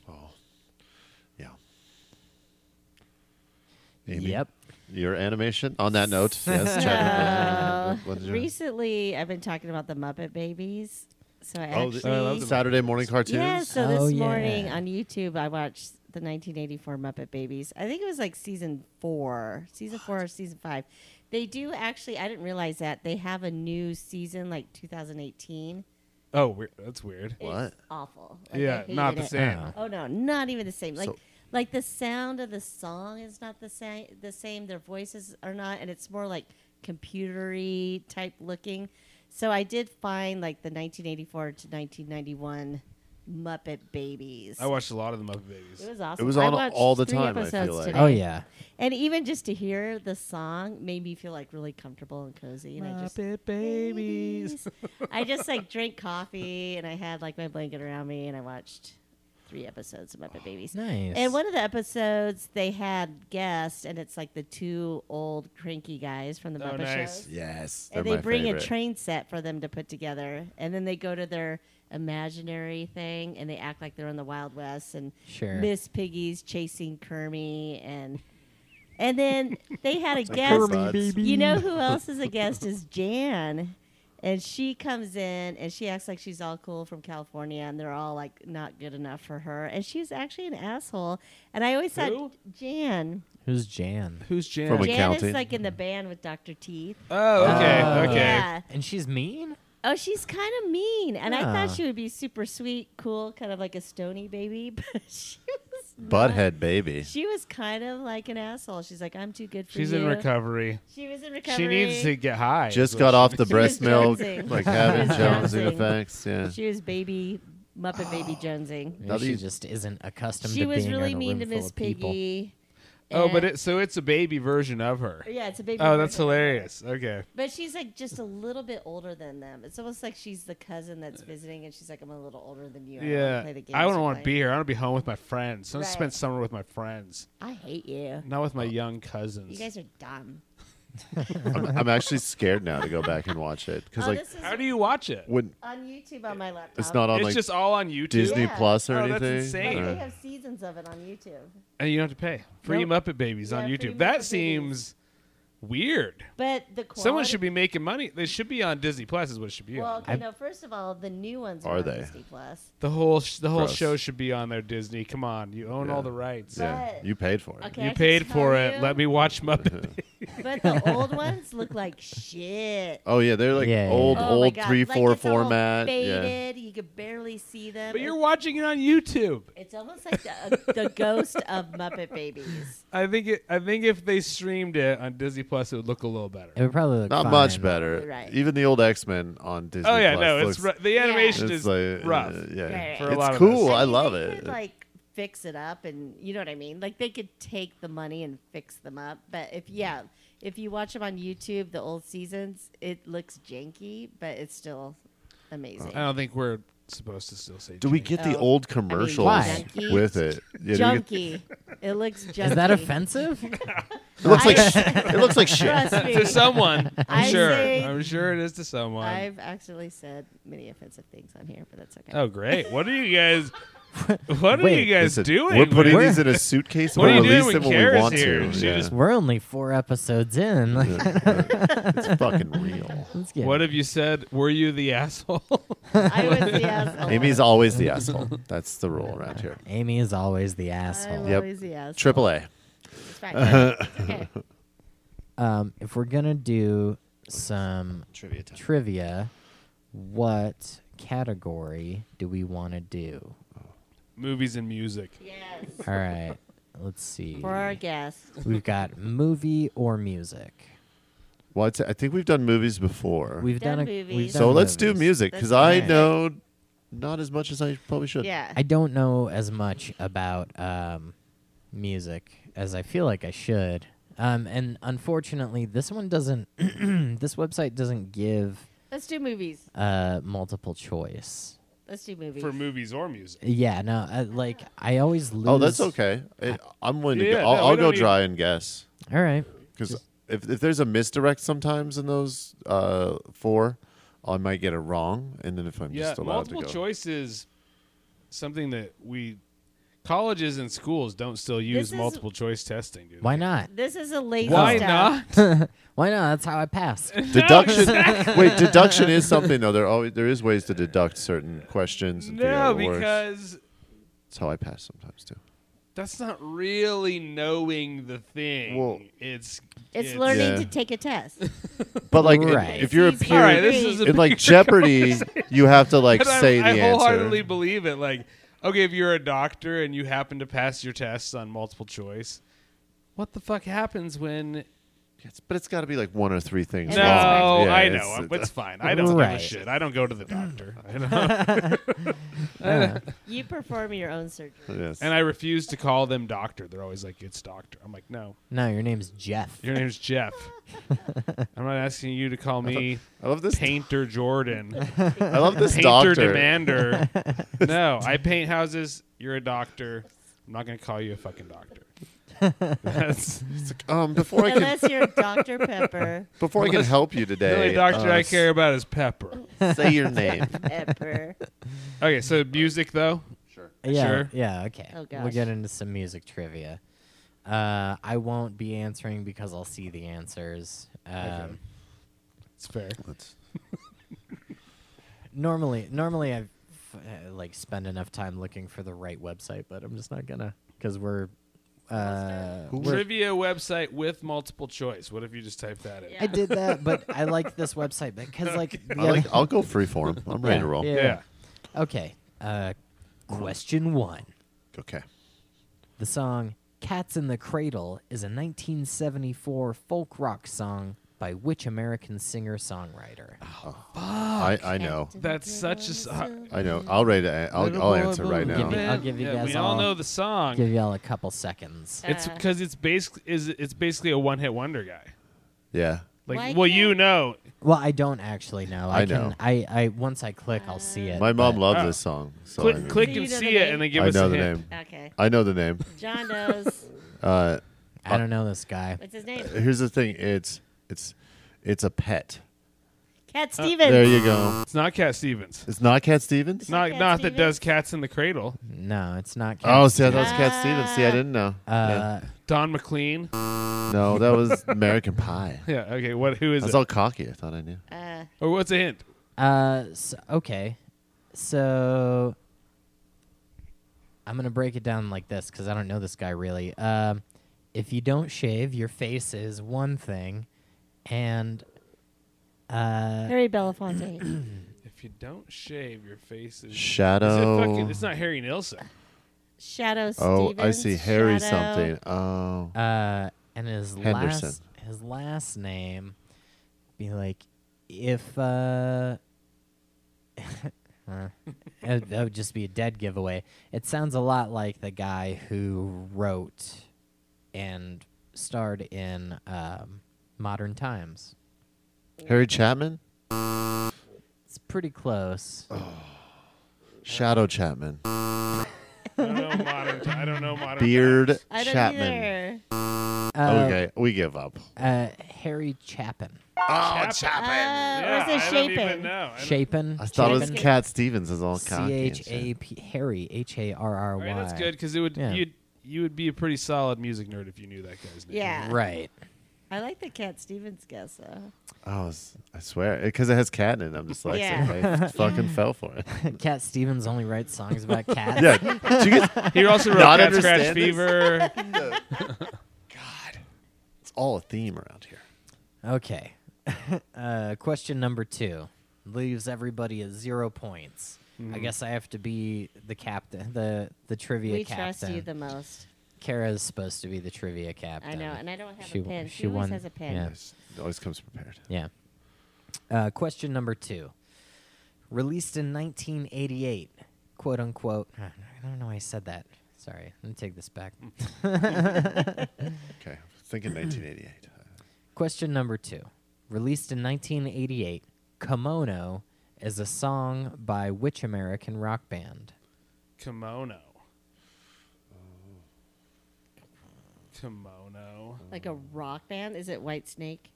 B: Oh, yeah. Amy,
C: Yep.
B: Your animation. On that note, yes.
A: Uh,
B: Chadwick Boseman. What did you-
A: Recently, I've been talking about the Muppet Babies. So I
B: Oh,
A: actually,
B: the- Saturday morning cartoons.
A: yeah. So
C: Oh,
A: this
C: yeah.
A: morning on YouTube, I watched the 1984 Muppet Babies. I think it was like season four, season four or season five. They do actually. I didn't realize that they have a new season, like 2018.
D: Oh, weir- that's weird.
B: What?
A: It's awful. Like, I
D: yeah, not
A: hated
D: the
A: it.
D: same.
C: Oh.
A: Oh no, not even the same. Like
B: So-
A: like the sound of the song is not the same. The same. Their voices are not, and it's more like computery type looking. So I did find like the 1984 to 1991 Muppet Babies.
D: I watched a lot of the Muppet
A: it
D: Babies.
A: was awesome.
B: was
A: I
B: on
A: watched
B: all the
A: three
B: time, I feel
A: episodes
B: like.
A: today.
C: Oh yeah.
A: And even just to hear the song made me feel like really comfortable and cozy. And I just
D: Babies.
A: I just like drank coffee and I had like my blanket around me and I watched three episodes of
B: Oh,
A: Muppet Babies.
C: Nice.
A: And one of the episodes they had guests and it's like the two old cranky guys from the
D: Oh,
A: Muppet
D: nice.
A: shows.
B: Yes.
A: And
B: they're
A: they
B: my
A: bring
B: favorite.
A: a train set for them to put together and then they go to their imaginary thing and they act like they're in the Wild West and
C: Sure.
A: Miss Piggy's chasing Kermit and and then they had a guest
B: Kermit baby.
A: you know who else is a guest is Jan. And she comes in and she acts like she's all cool from California and they're all like not good enough for her. And she's actually an asshole. And I always
D: Who?
A: thought Jan.
C: Who's Jan?
D: Who's Jan?
B: From a-
A: Jan
B: County.
A: is like in the band with Dr. Teeth.
D: oh, okay,
C: Oh.
D: okay.
A: Yeah.
C: And she's mean.
A: Oh, she's kind of mean. And I
C: Yeah.
A: thought she would be super sweet, cool, kind of like a stony baby, but she was not.
B: Butthead baby.
A: She was kind of like an asshole. She's like, I'm too good for
D: She's
A: you.
D: in recovery.
A: She was in recovery.
D: She needs to get high.
B: Just
D: is
B: got
D: what
B: off the
A: was
B: breast milk,
A: jonesing.
B: like
A: She
B: having
A: was
B: jonesing
A: jonesing.
B: effects. Yeah.
A: She was baby Muppet baby Jonesing.
C: Maybe
B: Now
C: she
B: these-
C: just isn't accustomed
A: She
C: to
A: was
C: being
A: really
C: in a
A: mean to
C: room full
A: Miss
C: of people.
A: Piggy.
D: she- Oh, but
A: and-
D: it, so it's a baby version of her.
A: yeah, it's a baby.
D: Oh, that's
A: version.
D: hilarious. Okay.
A: But she's like just a little bit older than them. It's almost like she's the cousin that's visiting, and she's like, "I'm a little older than you. I don't wanna
D: Yeah.
A: play the games
D: I
A: you
D: don't want to
A: play."
D: be here. I want to be home with my friends. I want to
A: Right.
D: spend summer with my friends,
A: I hate you.
D: not with my young cousins.
A: You guys are dumb.
B: I'm, I'm actually scared now to go back and watch it because
A: Oh,
B: like
A: this is
D: How do you watch it?
B: when
A: on YouTube on my laptop.
B: it's not on
D: it's
B: like
D: just all on YouTube.
B: Disney
A: Yeah.
B: Plus or
D: Oh, that's
B: anything.
D: insane.
A: Like,
B: or-
A: they have seasons of it on YouTube.
D: And you don't have to pay. Free
A: Nope.
D: Muppet Babies on
A: Yeah, free
D: YouTube. That
A: Muppet Babies.
D: seems weird.
A: But the quality,
D: Someone should be making money. They should be on Disney Plus. Is what it should be
A: Well,
D: on.
A: okay,
C: I've-
A: no. First of all, the new ones
B: Are
A: are, on
B: they?
A: Disney Plus.
D: The whole sh- the whole
B: Gross.
D: show should be on there. Disney, come on, you own all
B: Yeah.
D: the rights.
B: yeah,
A: But-
B: you paid for it.
A: Okay.
D: You
A: I can
D: paid
A: tell
D: for it.
A: you-
D: Let me watch Muppet.
A: But the old ones look like shit.
B: Oh yeah, they're like
C: Yeah, yeah,
B: old,
C: yeah.
A: Oh my
B: old
A: God.
B: three
A: Like,
B: four
A: it's all
B: format. Yeah.
A: Faded. You could barely see them.
D: but you're
A: It-
D: watching it on YouTube.
A: it's almost like the, uh, the ghost of Muppet Babies.
D: I think it, I think if they streamed it on Disney Plus, it would look a little better.
C: It would probably look
B: Not
C: fine.
B: much better.
A: You're right.
B: Even the old X Men on Disney.
D: oh yeah,
B: Plus
D: no,
B: looks,
D: it's ru- the animation
B: it's
D: is
B: like, uh,
D: rough.
B: yeah,
A: Right,
D: For a
B: it's
D: lot of
B: cool.
D: us.
B: I
A: mean,
B: love
A: they
B: it.
A: Could, like fix it up, and you know what I mean. Like they could take the money and fix them up. But if yeah, if you watch them on YouTube, the old seasons, it looks janky, but it's still amazing.
D: I don't think we're supposed to still say.
B: do we
D: Jane.
B: get the
A: Oh.
B: old commercials
C: Why?
B: with it? Yeah, do we get-
A: junky. It looks junky.
C: Is that offensive?
B: it looks like
A: I-
B: sh- it looks like shit.
A: Trust me.
D: to someone? I'm
A: I
D: sure.
A: say-
D: I'm sure it is to someone.
A: I've actually said many offensive things on here, but that's okay.
D: Oh great! What are you guys? What are
C: Wait,
D: you guys
B: Listen,
D: doing?
B: We're putting
C: We're-
B: these in a suitcase.
D: What are
B: and
D: you
B: we'll
D: doing
B: release
D: when
B: them when
D: Kara's
B: we want
D: here?
B: to.
D: And she
B: yeah.
D: just-
C: We're only four episodes in. Like,
B: it's fucking real.
C: let's get
D: What have you said? Were you the asshole?
A: I was the oh, asshole.
B: Amy's always the asshole. That's the rule around here.
C: Amy is always the
A: I'm
C: asshole.
B: Yep.
A: always the asshole.
B: Triple A.
A: It's fine. It's okay.
C: Um, if we're gonna do some
B: Trivia time.
C: trivia, what category do we want to do?
D: Movies and music.
A: Yes.
C: All right, let's see.
A: For our guest.
C: We've got movie or music.
B: Well, it's, I think we've done movies before.
C: We've
A: Done
C: done, a,
A: movies.
C: We've done
B: so let's do
C: movies.
B: music
A: Let's
B: because
A: do
B: I
C: music.
B: know not as much as I probably should.
A: Yeah.
C: I don't know as much about um, music as I feel like I should. Um, and unfortunately, this one doesn't. this website doesn't give
A: Let's do movies.
C: uh, multiple choice.
A: Let's do movies.
D: for movies or music.
C: Yeah, no. Uh, like I always lose.
B: Oh, that's okay. I, I'm willing to.
D: Yeah,
B: go. I'll,
D: no, we
B: I'll go
D: don't need-
B: dry and guess
C: All right.
B: because if if there's a misdirect sometimes in those uh, four, I might get it wrong, and then if I'm
D: Yeah,
B: just allowed to
D: multiple
B: go,
D: choice is something that we colleges and schools don't still use
A: is-
D: multiple choice testing. Dude.
C: Why not?
A: this is a lazy.
D: Why
A: step.
D: not?
C: Why not? That's how I passed.
B: deduction. Wait, deduction is something though. There always there is ways to deduct certain questions. And figure
D: no,
B: out what works.
D: because
B: that's how I pass sometimes too.
D: that's not really knowing the thing.
B: Well-
D: it's
A: It's learning
B: Yeah.
A: to take a test.
B: But like, in-
C: Right.
B: if you're a
A: It's easy.
B: peer,
D: All right, this is a
B: in like Jeopardy, you have to like
D: But I-
B: say
D: I,
B: the
D: wholeheartedly
B: answer.
D: believe it. Like, okay, if you're a doctor and you happen to pass your tests on multiple choice, what the fuck happens when?
B: It's- but it's got to be like one or three things.
D: No,
B: wrong. Yeah,
D: I
B: it's-
D: know,
B: it's- uh,
D: but it's fine. I don't give
C: Right.
D: a shit. I don't go to the doctor, I don't-
A: You perform your own surgery.
B: yes.
D: and I refuse to call them doctor. They're always like, "It's doctor." I'm like, "No,
C: No, your name's Jeff.
D: your name's Jeff. I'm not asking you to call me
B: I love this.
D: Painter Jordan,
B: I love this
D: Painter
B: doctor.
D: Demander. no, I paint houses. You're a doctor. I'm not gonna call you a fucking doctor." That's
B: Um, before I can
A: Unless you're Dr. Pepper.
B: before I can help you
D: The only
B: today,
D: doctor
B: uh,
D: I care about is Pepper.
B: Say your name.
A: Pepper.
D: Okay, so music though.
C: Yeah,
D: Sure.
C: yeah, okay.
A: Oh,
C: We'll
A: gosh.
C: get into some music trivia. Uh, I won't be answering because I'll see the answers. Um,
D: It's fair.
C: Normally, normally I uh, like spend enough time looking for the right website, but I'm just not gonna because we're. Uh, we're-
D: Trivia website with multiple choice. What if you just type that in?
A: Yeah.
C: I did that, but I like this website because like the
B: I
C: other-
B: like, I'll go free form. I'm ready to roll.
C: Yeah.
D: Yeah.
C: okay. Uh, question one.
B: Okay.
C: The song Cats in the Cradle is a 1974 folk rock song by which American singer songwriter?
B: I, I know.
D: That's such a. s-
B: I know. I'll ready to. an- I'll,
D: Little
B: I'll
D: boy
B: answer right
D: blue
C: Give me-
B: now.
D: man.
C: I'll give you
D: Yeah,
C: guys
D: We all
C: all-
D: know the song.
C: Give y'all a couple seconds.
D: it's
A: Uh.
D: because it's basic. Is it's basically a one hit wonder guy.
B: Yeah.
D: Like,
A: Why
D: well,
A: can't-
D: you know,
C: Well, I don't actually know. I,
B: I
C: can,
B: know.
C: I, I once I click, I'll see it.
B: My mom
C: but-
B: loves
D: Oh.
B: this song. So I
D: click,
B: know.
D: click
A: Do you
D: and
A: know the
D: see it,
A: name?
D: and then give
B: I
D: us
B: know
D: a
B: the
D: hint.
B: name.
A: Okay.
B: I know the name.
A: John knows.
B: Uh,
C: I don't know this guy.
A: What's his name?
B: here's the thing. It's it's it's a pet.
A: Cat Stevens.
B: Uh, There you go.
D: It's not Cat Stevens.
B: It's not Cat Stevens.
D: Not
A: Cat
D: not that
A: Stevens?
D: does Cats in the Cradle.
C: No, it's not. Cat
B: Oh, see, I thought it
C: Stevens.
B: was Cat Stevens. See, I didn't know.
C: Uh,
D: Don McLean.
B: Yeah. No, that was American Pie.
D: Yeah. Okay. What? Who is
B: I was
D: it?
B: all cocky. I thought I knew.
A: Uh,
D: or what's a hint?
C: uh, so, okay, so I'm gonna break it down like this because I don't know this guy really. Um, if you don't shave, your face is one thing, and uh,
A: Harry Belafonte.
D: If you don't shave, your face is. Is it
B: Shadow.
D: fucking, it's not Harry Nilsson.
A: Shadow Stevens.
B: oh, I see Harry
A: Shadow.
B: something. Oh,
C: uh, and his
B: Henderson.
C: last his last name be like if uh, huh. that that would just be a dead giveaway. It sounds a lot like the guy who wrote and starred in um, Modern Times.
B: Harry Chapman.
C: It's pretty close.
D: Oh,
B: Shadow Chapman.
D: I don't know modern. T- I don't know modern.
B: Beard
D: times.
A: I don't
B: Chapman.
A: either.
C: Uh,
B: okay, we give up.
C: Uh, Harry Chapin.
B: Oh,
A: Uh,
B: Chapman.
D: Yeah,
A: or is it
D: I don't
A: Shapin?
D: even know. I don't-
C: Chapin.
B: I thought it was
A: Chapman.
B: Cat Stevens is all
C: C
B: cocky. and
C: H
B: shit.
C: A P Harry H A R R
D: All
C: Y.
D: right, that's good because it would
C: Yeah.
D: you'd you would be a pretty solid music nerd if you knew that guy's name.
A: Yeah.
C: Right.
A: I like the Cat Stevens guess, though.
B: Oh, it's- I swear, because it, has cat in it. I'm dyslexic.
A: Yeah.
B: I fucking fell for it.
C: Cat Stevens only writes songs about cats.
B: Yeah. Did you guys-
D: He also wrote
B: Not
D: Cat Scratch
B: understand this?
D: Fever.
B: God, it's all a theme around here.
C: Okay. uh, question number two leaves everybody at zero points. I guess I have to be the captain, the the trivia
A: we
C: captain.
A: trust you the most.
C: Kara's supposed to be the trivia captain.
A: I know, and I don't have
C: She
A: a
C: w-
A: pen. She,
C: she
A: always
C: won-
A: has a pen.
C: yeah.
B: Yes, it always comes prepared.
C: Yeah. Uh, question number two. Released in 1988, quote unquote. I don't know why I said that. It's Sorry, let me take this back.
B: Okay, thinking Uh, 1988.
C: Question number two. Released in 1988, Kimono is a song by which American rock band?
D: Kimono. Kimono.
A: Like a rock band? Is it White Snake?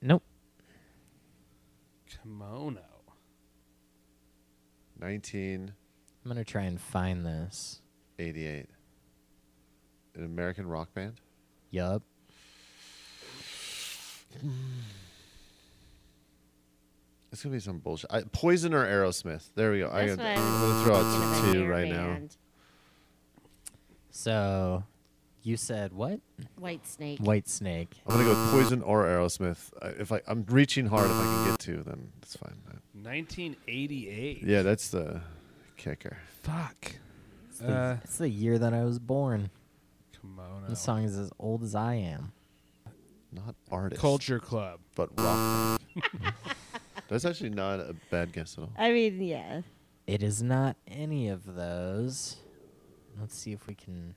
C: Nope.
D: Kimono.
B: 1988,
C: I'm going to try and find this.
B: an American rock band.
C: Yup.
B: It's gonna be some bullshit. I, Poison or Aerosmith? There we go. I,
A: That's
B: am
A: what I was
B: gonna throw
A: thinking
B: out
A: of
B: some
A: a
B: two
A: hair
B: right
A: band.
C: So you said what?
A: White Snake.
C: White Snake.
B: now. I'm gonna go with Poison or Aerosmith. I, if I, I'm reaching hard, if I can get two, then it's fine.
D: 1988.
B: Yeah, that's the kicker.
D: Fuck.
C: It's the,
D: Uh,
C: it's the year that I was born.
D: Kimono.
C: This song is as old as I am.
B: Not artist,
D: Culture Club.
B: but rock. band. that's actually not a bad guess at all.
A: I mean, yeah.
C: It is not any of those. Let's see if we can.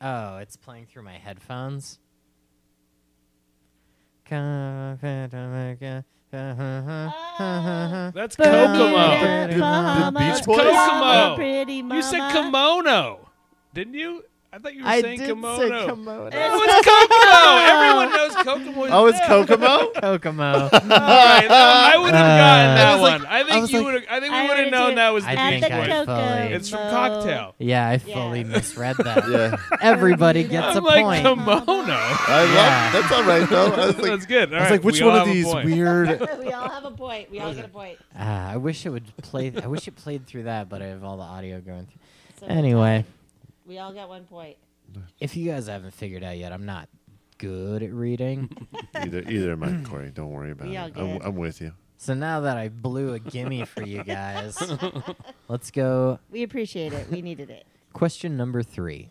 C: Oh, it's playing through my headphones. Kokomo.
D: That's
A: Bermuda
D: Kokomo.
B: The- the- the
A: mama,
B: Beach Boys?
A: Kokomo,
D: Kokomo.
A: Pretty mama.
D: You said kimono, didn't you? I thought you were
C: I
D: saying
C: did
D: kimono.
C: say kimono.
D: Oh, it's Kokomo. Everyone knows Kokomo. Is
B: Oh, it's
D: them.
B: Kokomo.
D: Oh,
C: Kokomo.
D: All right, that- I would have
B: Uh,
D: gotten
C: I
D: that
C: was like-
D: one. I think
C: I was
D: you
C: like-
D: would. have I think
A: I
D: we would have
A: already
D: known
A: did.
D: that was the
C: I
A: At
D: big
C: think
A: the
C: I
D: one.
C: fully-
A: Kokomo.
D: It's from Cocktail.
C: Yeah, I
A: Yeah.
C: fully misread that.
B: yeah,
C: Everybody gets
D: I'm
C: a
D: like
C: point.
D: kimono.
B: I
C: Yeah.
B: love. That's all right though. I was like,
D: That's good. All
B: I was like,
D: right,
B: which
D: we all
B: one of
D: have a
B: these
D: point.
B: weird?
A: we all have a point. We all get a point.
C: Ah, I wish it would play. I wish it played through that, but I have all the audio going through.
A: So
C: Anyway,
A: we all got one point.
C: if you guys haven't figured out yet, I'm not good at reading.
B: either, either, Mike, Corey. Don't worry about
A: We
B: it.
A: all
B: I'm,
A: good.
B: I'm with you.
C: So now that I blew a gimme for you guys, let's go.
A: We appreciate it. We needed it.
C: Question number three.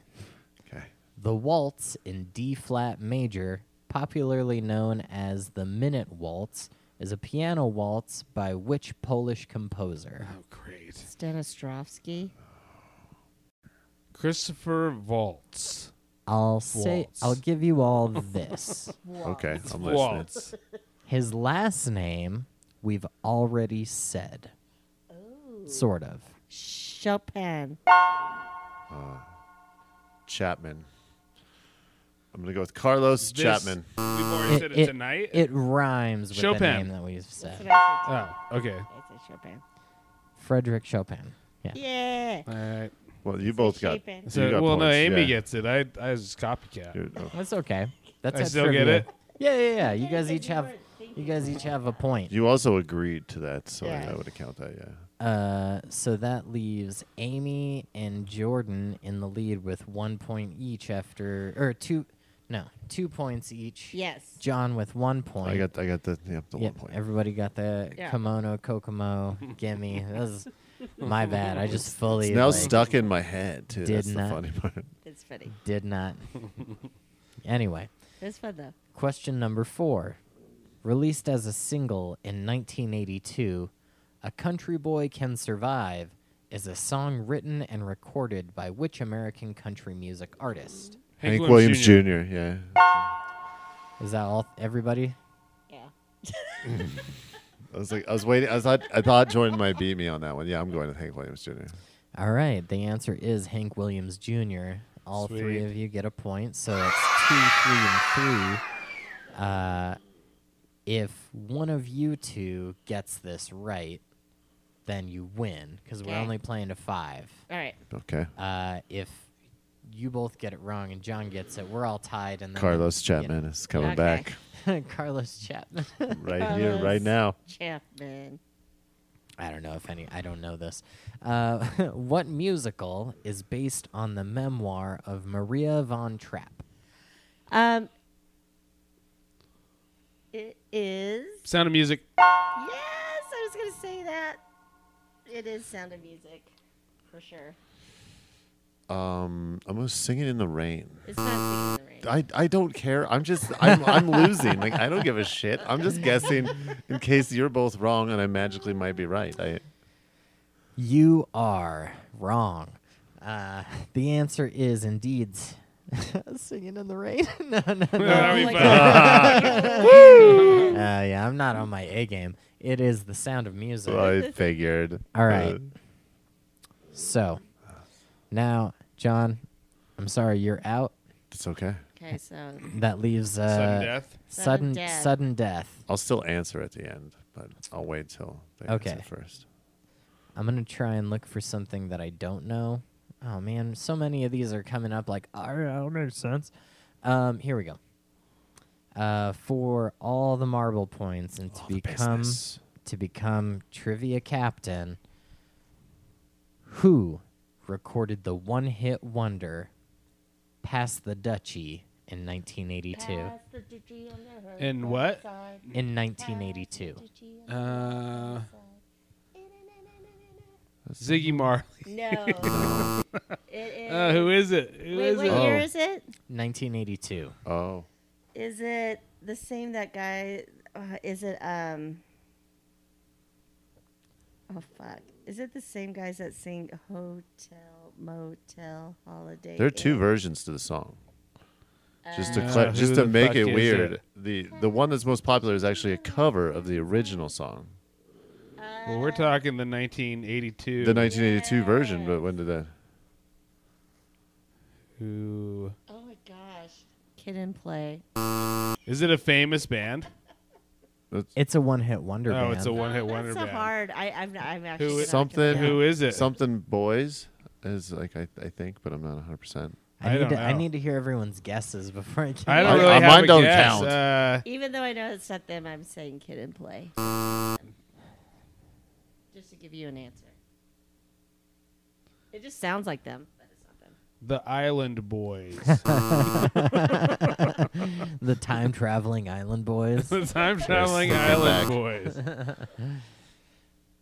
B: Okay.
C: The waltz in D flat major, popularly known as the Minute Waltz, is a piano waltz by which Polish composer?
D: Oh, great.
A: Stanislavski.
D: Christopher Waltz.
C: I'll say
D: Waltz.
C: I'll give you all this.
B: Okay, I'm listening.
D: Waltz.
C: His last name we've already said.
A: Oh.
C: Sort of.
A: Chopin.
B: Chapman. I'm gonna go with Carlos
D: This-
B: Chapman.
D: We've already said it, tonight.
C: it rhymes with the
D: Chopin.
C: name that we've
A: That's
C: said.
A: what I said.
D: oh, okay.
A: I said Chopin.
C: Frederick Chopin. Yeah.
A: Yeah.
D: All right.
B: Well, you both got.
A: Chapin.
B: you
D: So,
B: got
D: well, no,
B: points,
D: Amy
B: yeah.
D: gets it. I, I was just copycat.
B: Dude, oh.
C: That's okay. That's
D: I
C: at
D: still get
C: trivia.
D: it?
C: Yeah, yeah, yeah. You guys each have you guys each have a point.
B: You also agreed to that, so
A: Yeah.
B: I would account that. Yeah.
C: Uh, so that leaves Amy and Jordan in the lead with one point each after or two no, two points each.
A: Yes.
C: John with one point.
B: I got. I got the. Yeah, the one
C: Yep,
B: point.
C: everybody got the
A: Yeah.
C: kimono, kokomo, gimme. That was my bad. I just fully
B: it's now
C: like,
B: stuck in my head too.
C: did
B: That's the
C: not-
B: funny part.
A: It's funny.
C: did not. anyway,
A: It's fun though.
C: question number four. Released as a single in 1982, "A Country Boy Can Survive" is a song written and recorded by which American country music artist?
B: Hank, Williams, Jr. Yeah.
C: Is that all? Everybody?
A: Yeah.
B: I was like, I was waiting. I thought. I thought Jordan might beat me on that one. Yeah, I'm going with Hank Williams Jr.
C: All right. The answer is Hank Williams Jr. All three
D: Sweet.
C: of you get a point, so it's two, three, and three. Uh, if one of you two gets this right, then you win because we're
A: Okay.
C: only playing to five.
A: All right.
B: Okay.
C: Uh, if you both get it wrong and John gets it, we're all tied. And then
B: Carlos
C: you know,
B: Chapman is coming
A: Okay.
B: back
C: Carlos Chapman.
B: right here,
A: Carlos.
B: right now.
A: Chapman.
C: I don't know if any. I don't know this. Uh, what musical is based on the memoir of Maria von Trapp?
A: Um. It is.
D: Sound of Music.
A: Yes, I was gonna say that. It is Sound of Music, for sure.
B: Um, I'm gonna sing it in the rain.
A: It's not Singing in the Rain.
B: I, I don't care. I'm just I'm I'm losing. Like I don't give a shit. I'm just guessing in case you're both wrong and I magically might be right. I
C: You are wrong. Uh, the answer is indeed singing in the rain. no, no, no.
D: That'd be
A: Oh my
D: fun.
C: Uh, yeah, I'm not on my A game. It is the sound of music.
B: I figured.
C: All right.
B: Uh,
C: So now, John, I'm sorry, you're out.
B: it's okay.
A: Okay, so
C: That leaves uh,
D: Sudden death.
C: Sudden,
A: Sudden death.
C: sudden death.
B: I'll still answer at the end, but I'll wait till they
C: Okay.
B: answer first.
C: I'm gonna try and look for something that I don't know. Oh man, so many of these are coming up. Like I don't know sense. Um, here we go. Uh, for all the marble points and to
B: All the
C: become
B: business.
C: to become trivia captain, who recorded the one-hit wonder "Pass the Duchy" in 1982?
D: And what?
C: In 1982,
D: Uh, Ziggy Marley.
A: no. it is.
D: Uh, who is it? Who
A: wait,
D: is
A: what
D: it?
B: Oh.
A: year is it?
C: 1982.
B: Oh,
A: Is it the same that guy? Uh, is it um? Oh fuck! Is it the same guys that sing hotel, motel, holiday?
B: there are two
A: Inn?
B: versions to the song. Just to
D: Uh,
B: cla-
D: who
B: just to
D: the
B: make
D: fuck
B: it
D: is
B: weird,
D: it?
B: the the one that's most popular is actually a cover of the original song,
D: Well, we're talking the 1982.
B: the 1982 version. But when did that?
D: Who
A: Oh my gosh! Kid and play.
D: is it? A famous band?
B: That's
C: It's a one-hit wonder.
D: Oh,
C: band.
D: it's a one-hit wonder
A: That's so
D: band.
A: hard. I, I'm, I'm actually
D: Who-
A: gonna have to
B: Something-
A: look it
D: Who
A: up.
D: is it?
B: something boys is like I, I think, but I'm not 100. percent
C: I,
D: I
C: need
D: don't
C: to, I
D: know.
C: need to hear everyone's guesses before I can.
D: I don't
B: Uh,
D: really have
B: mine
D: a
B: don't
D: guess.
B: count.
D: Uh,
A: Even though I know it's not them, I'm saying kid and play. Just to give you an answer. It just sounds like them, but it's not them.
D: the Island Boys.
C: the time traveling island boys.
D: the time traveling
B: Yes,
D: Island
B: back.
D: Boys.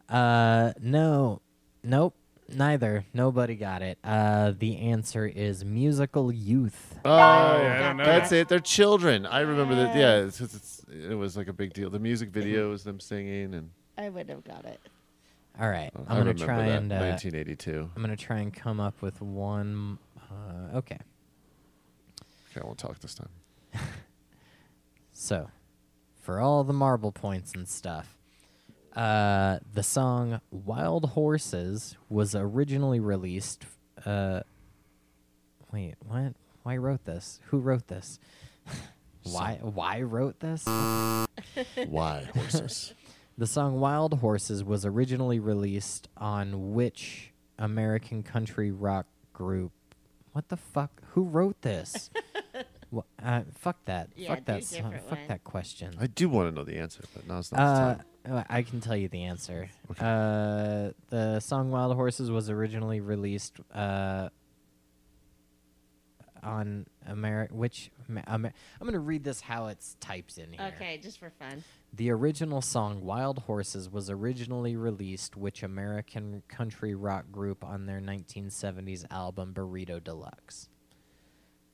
C: Uh, no, nope, neither. Nobody got it. Uh, the answer is musical youth.
B: Oh,
D: I don't know.
B: that's it. They're children. I remember that. Yeah, it's, it's, it's, it was like a big deal. The music video was them singing, and
A: I wouldn't have got it.
C: All right,
B: I
C: I'm gonna
B: remember
C: try
B: that.
C: and uh,
B: 1982.
C: I'm gonna try and come up with one. Uh, okay,
B: Okay, I won't talk this time.
C: so for all the marble points and stuff. Uh, the song "Wild Horses" was originally released. Uh, wait, what? Why wrote this? Who wrote this? why? Why wrote this?
B: Why horses?
C: The song Wild Horses was originally released on which American country rock group? What the fuck? Who wrote this? Wha uh, fuck that.
A: Yeah,
C: fuck that
A: do
C: song.
A: different
C: Fuck
A: one.
C: that question.
B: I do want to know the answer, but now's not the
C: uh,
B: time.
C: uh, I can tell you the answer. Uh, the song Wild Horses was originally released uh, on Ameri- which Ma- Amer- I'm going to read this how it's typed in here.
A: Okay, just for fun.
C: The original song Wild Horses was originally released which American country rock group on their 1970s album Burrito Deluxe.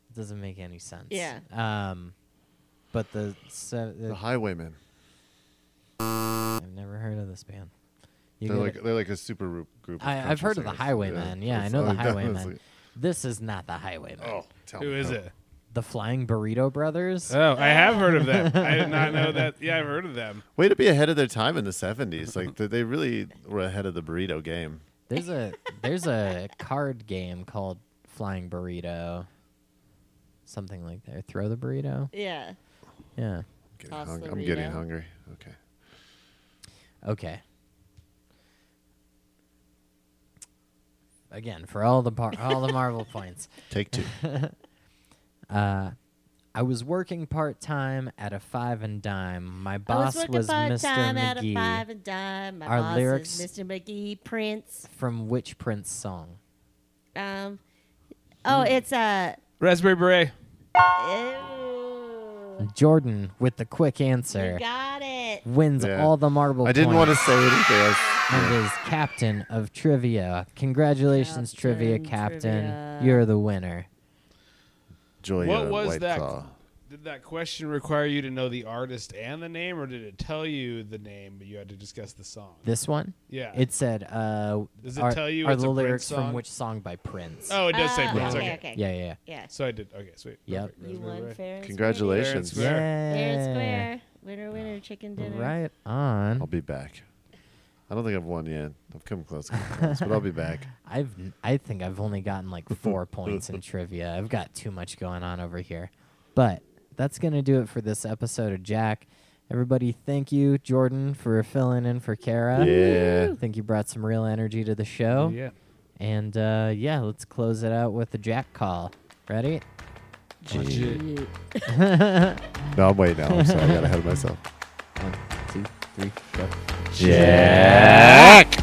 C: It doesn't make any sense.
A: Yeah.
C: Um but the se-
B: The Highwaymen.
C: I've never heard of this band. You
B: They're
C: get
B: like
C: it?
B: they're like a super ru- group. Of
C: I, I've
B: country
C: heard of the
B: singers.
C: Highwaymen. Yeah, I
B: that's
C: know the
B: all- that was
C: Highwaymen.
B: like-
C: This is not the Highwaymen.
A: Uh.
B: oh, tell
D: Who
B: me
D: is
B: how.
D: it?
C: The Flying Burrito Brothers.
A: Uh.
D: Oh, I have heard of them. I did not know that. Yeah, I've heard of them.
B: Way to be ahead of their time in the 70s. Like th- they really were ahead of the burrito game.
C: There's a there's a card game called Flying Burrito. Something like that. Throw the burrito.
A: Yeah.
C: Yeah.
B: I'm getting,
A: Toss
B: hung-
A: the
B: I'm getting
A: burrito.
B: hungry. Okay.
C: Okay. Again, for all the par- all the Marvel points.
B: Take two.
C: I was working part time at a five and dime. My
A: I
C: boss
A: was working
C: was,
A: part
C: Mr.
A: time at a five
C: McGee.
A: and dime. My
C: Our
A: boss
C: lyrics-
A: is Mr. McGee Prince.
C: From which Prince song?
A: Um, oh,
C: Mm.
A: it's a.
D: Raspberry Beret.
A: Ew.
C: Jordan with the quick
A: You
C: answer
A: got it.
D: Mm,
C: wins
B: Yeah.
C: all the marble
B: I didn't want to
C: points
B: say anything else.
C: and is captain of trivia. Congratulations, trivia
A: Captain
C: captain.
A: Trivia.
C: You're the winner.
B: Joy
D: What
B: uh,
D: was
B: White
D: that?
B: Claw.
D: Did that question require you to know the artist and the name, or did it tell you the name but you had to discuss the song?
C: This one?
D: yeah.
C: It said, uh,
D: Does it
C: are,
D: tell you
C: are
D: it's
C: the
D: a Prince
C: lyrics from
D: song?
C: which song by Prince?
D: oh, it does say
A: Ah,
D: Prince.
A: okay,
D: Okay.
A: okay.
C: Yeah, yeah.
A: Yeah.
D: So I did. Okay, sweet.
C: Yep.
D: Perfect.
A: You
D: Raspberry
A: won
D: Ray.
A: fair. and square.
B: Congratulations.
D: Fair
C: Yeah.
A: Fair and square. Winner, winner, chicken dinner.
C: Right on.
B: I'll be back. I don't think I've won yet. I've come close, come close, but I'll be back.
C: I've I think I've only gotten like four points in trivia. I've got too much going on over here. But that's gonna do it for this episode of Jack. Everybody, thank you, Jordan, for filling in for Kara.
B: Yeah.
C: I think you brought some real energy to the show.
D: Yeah.
C: And uh, yeah, let's close it out with a Jack call. Ready?
A: Yeah.
B: No, I'm waiting now. I'm sorry. I got ahead of myself.
C: One, two, three, go.
B: Jack.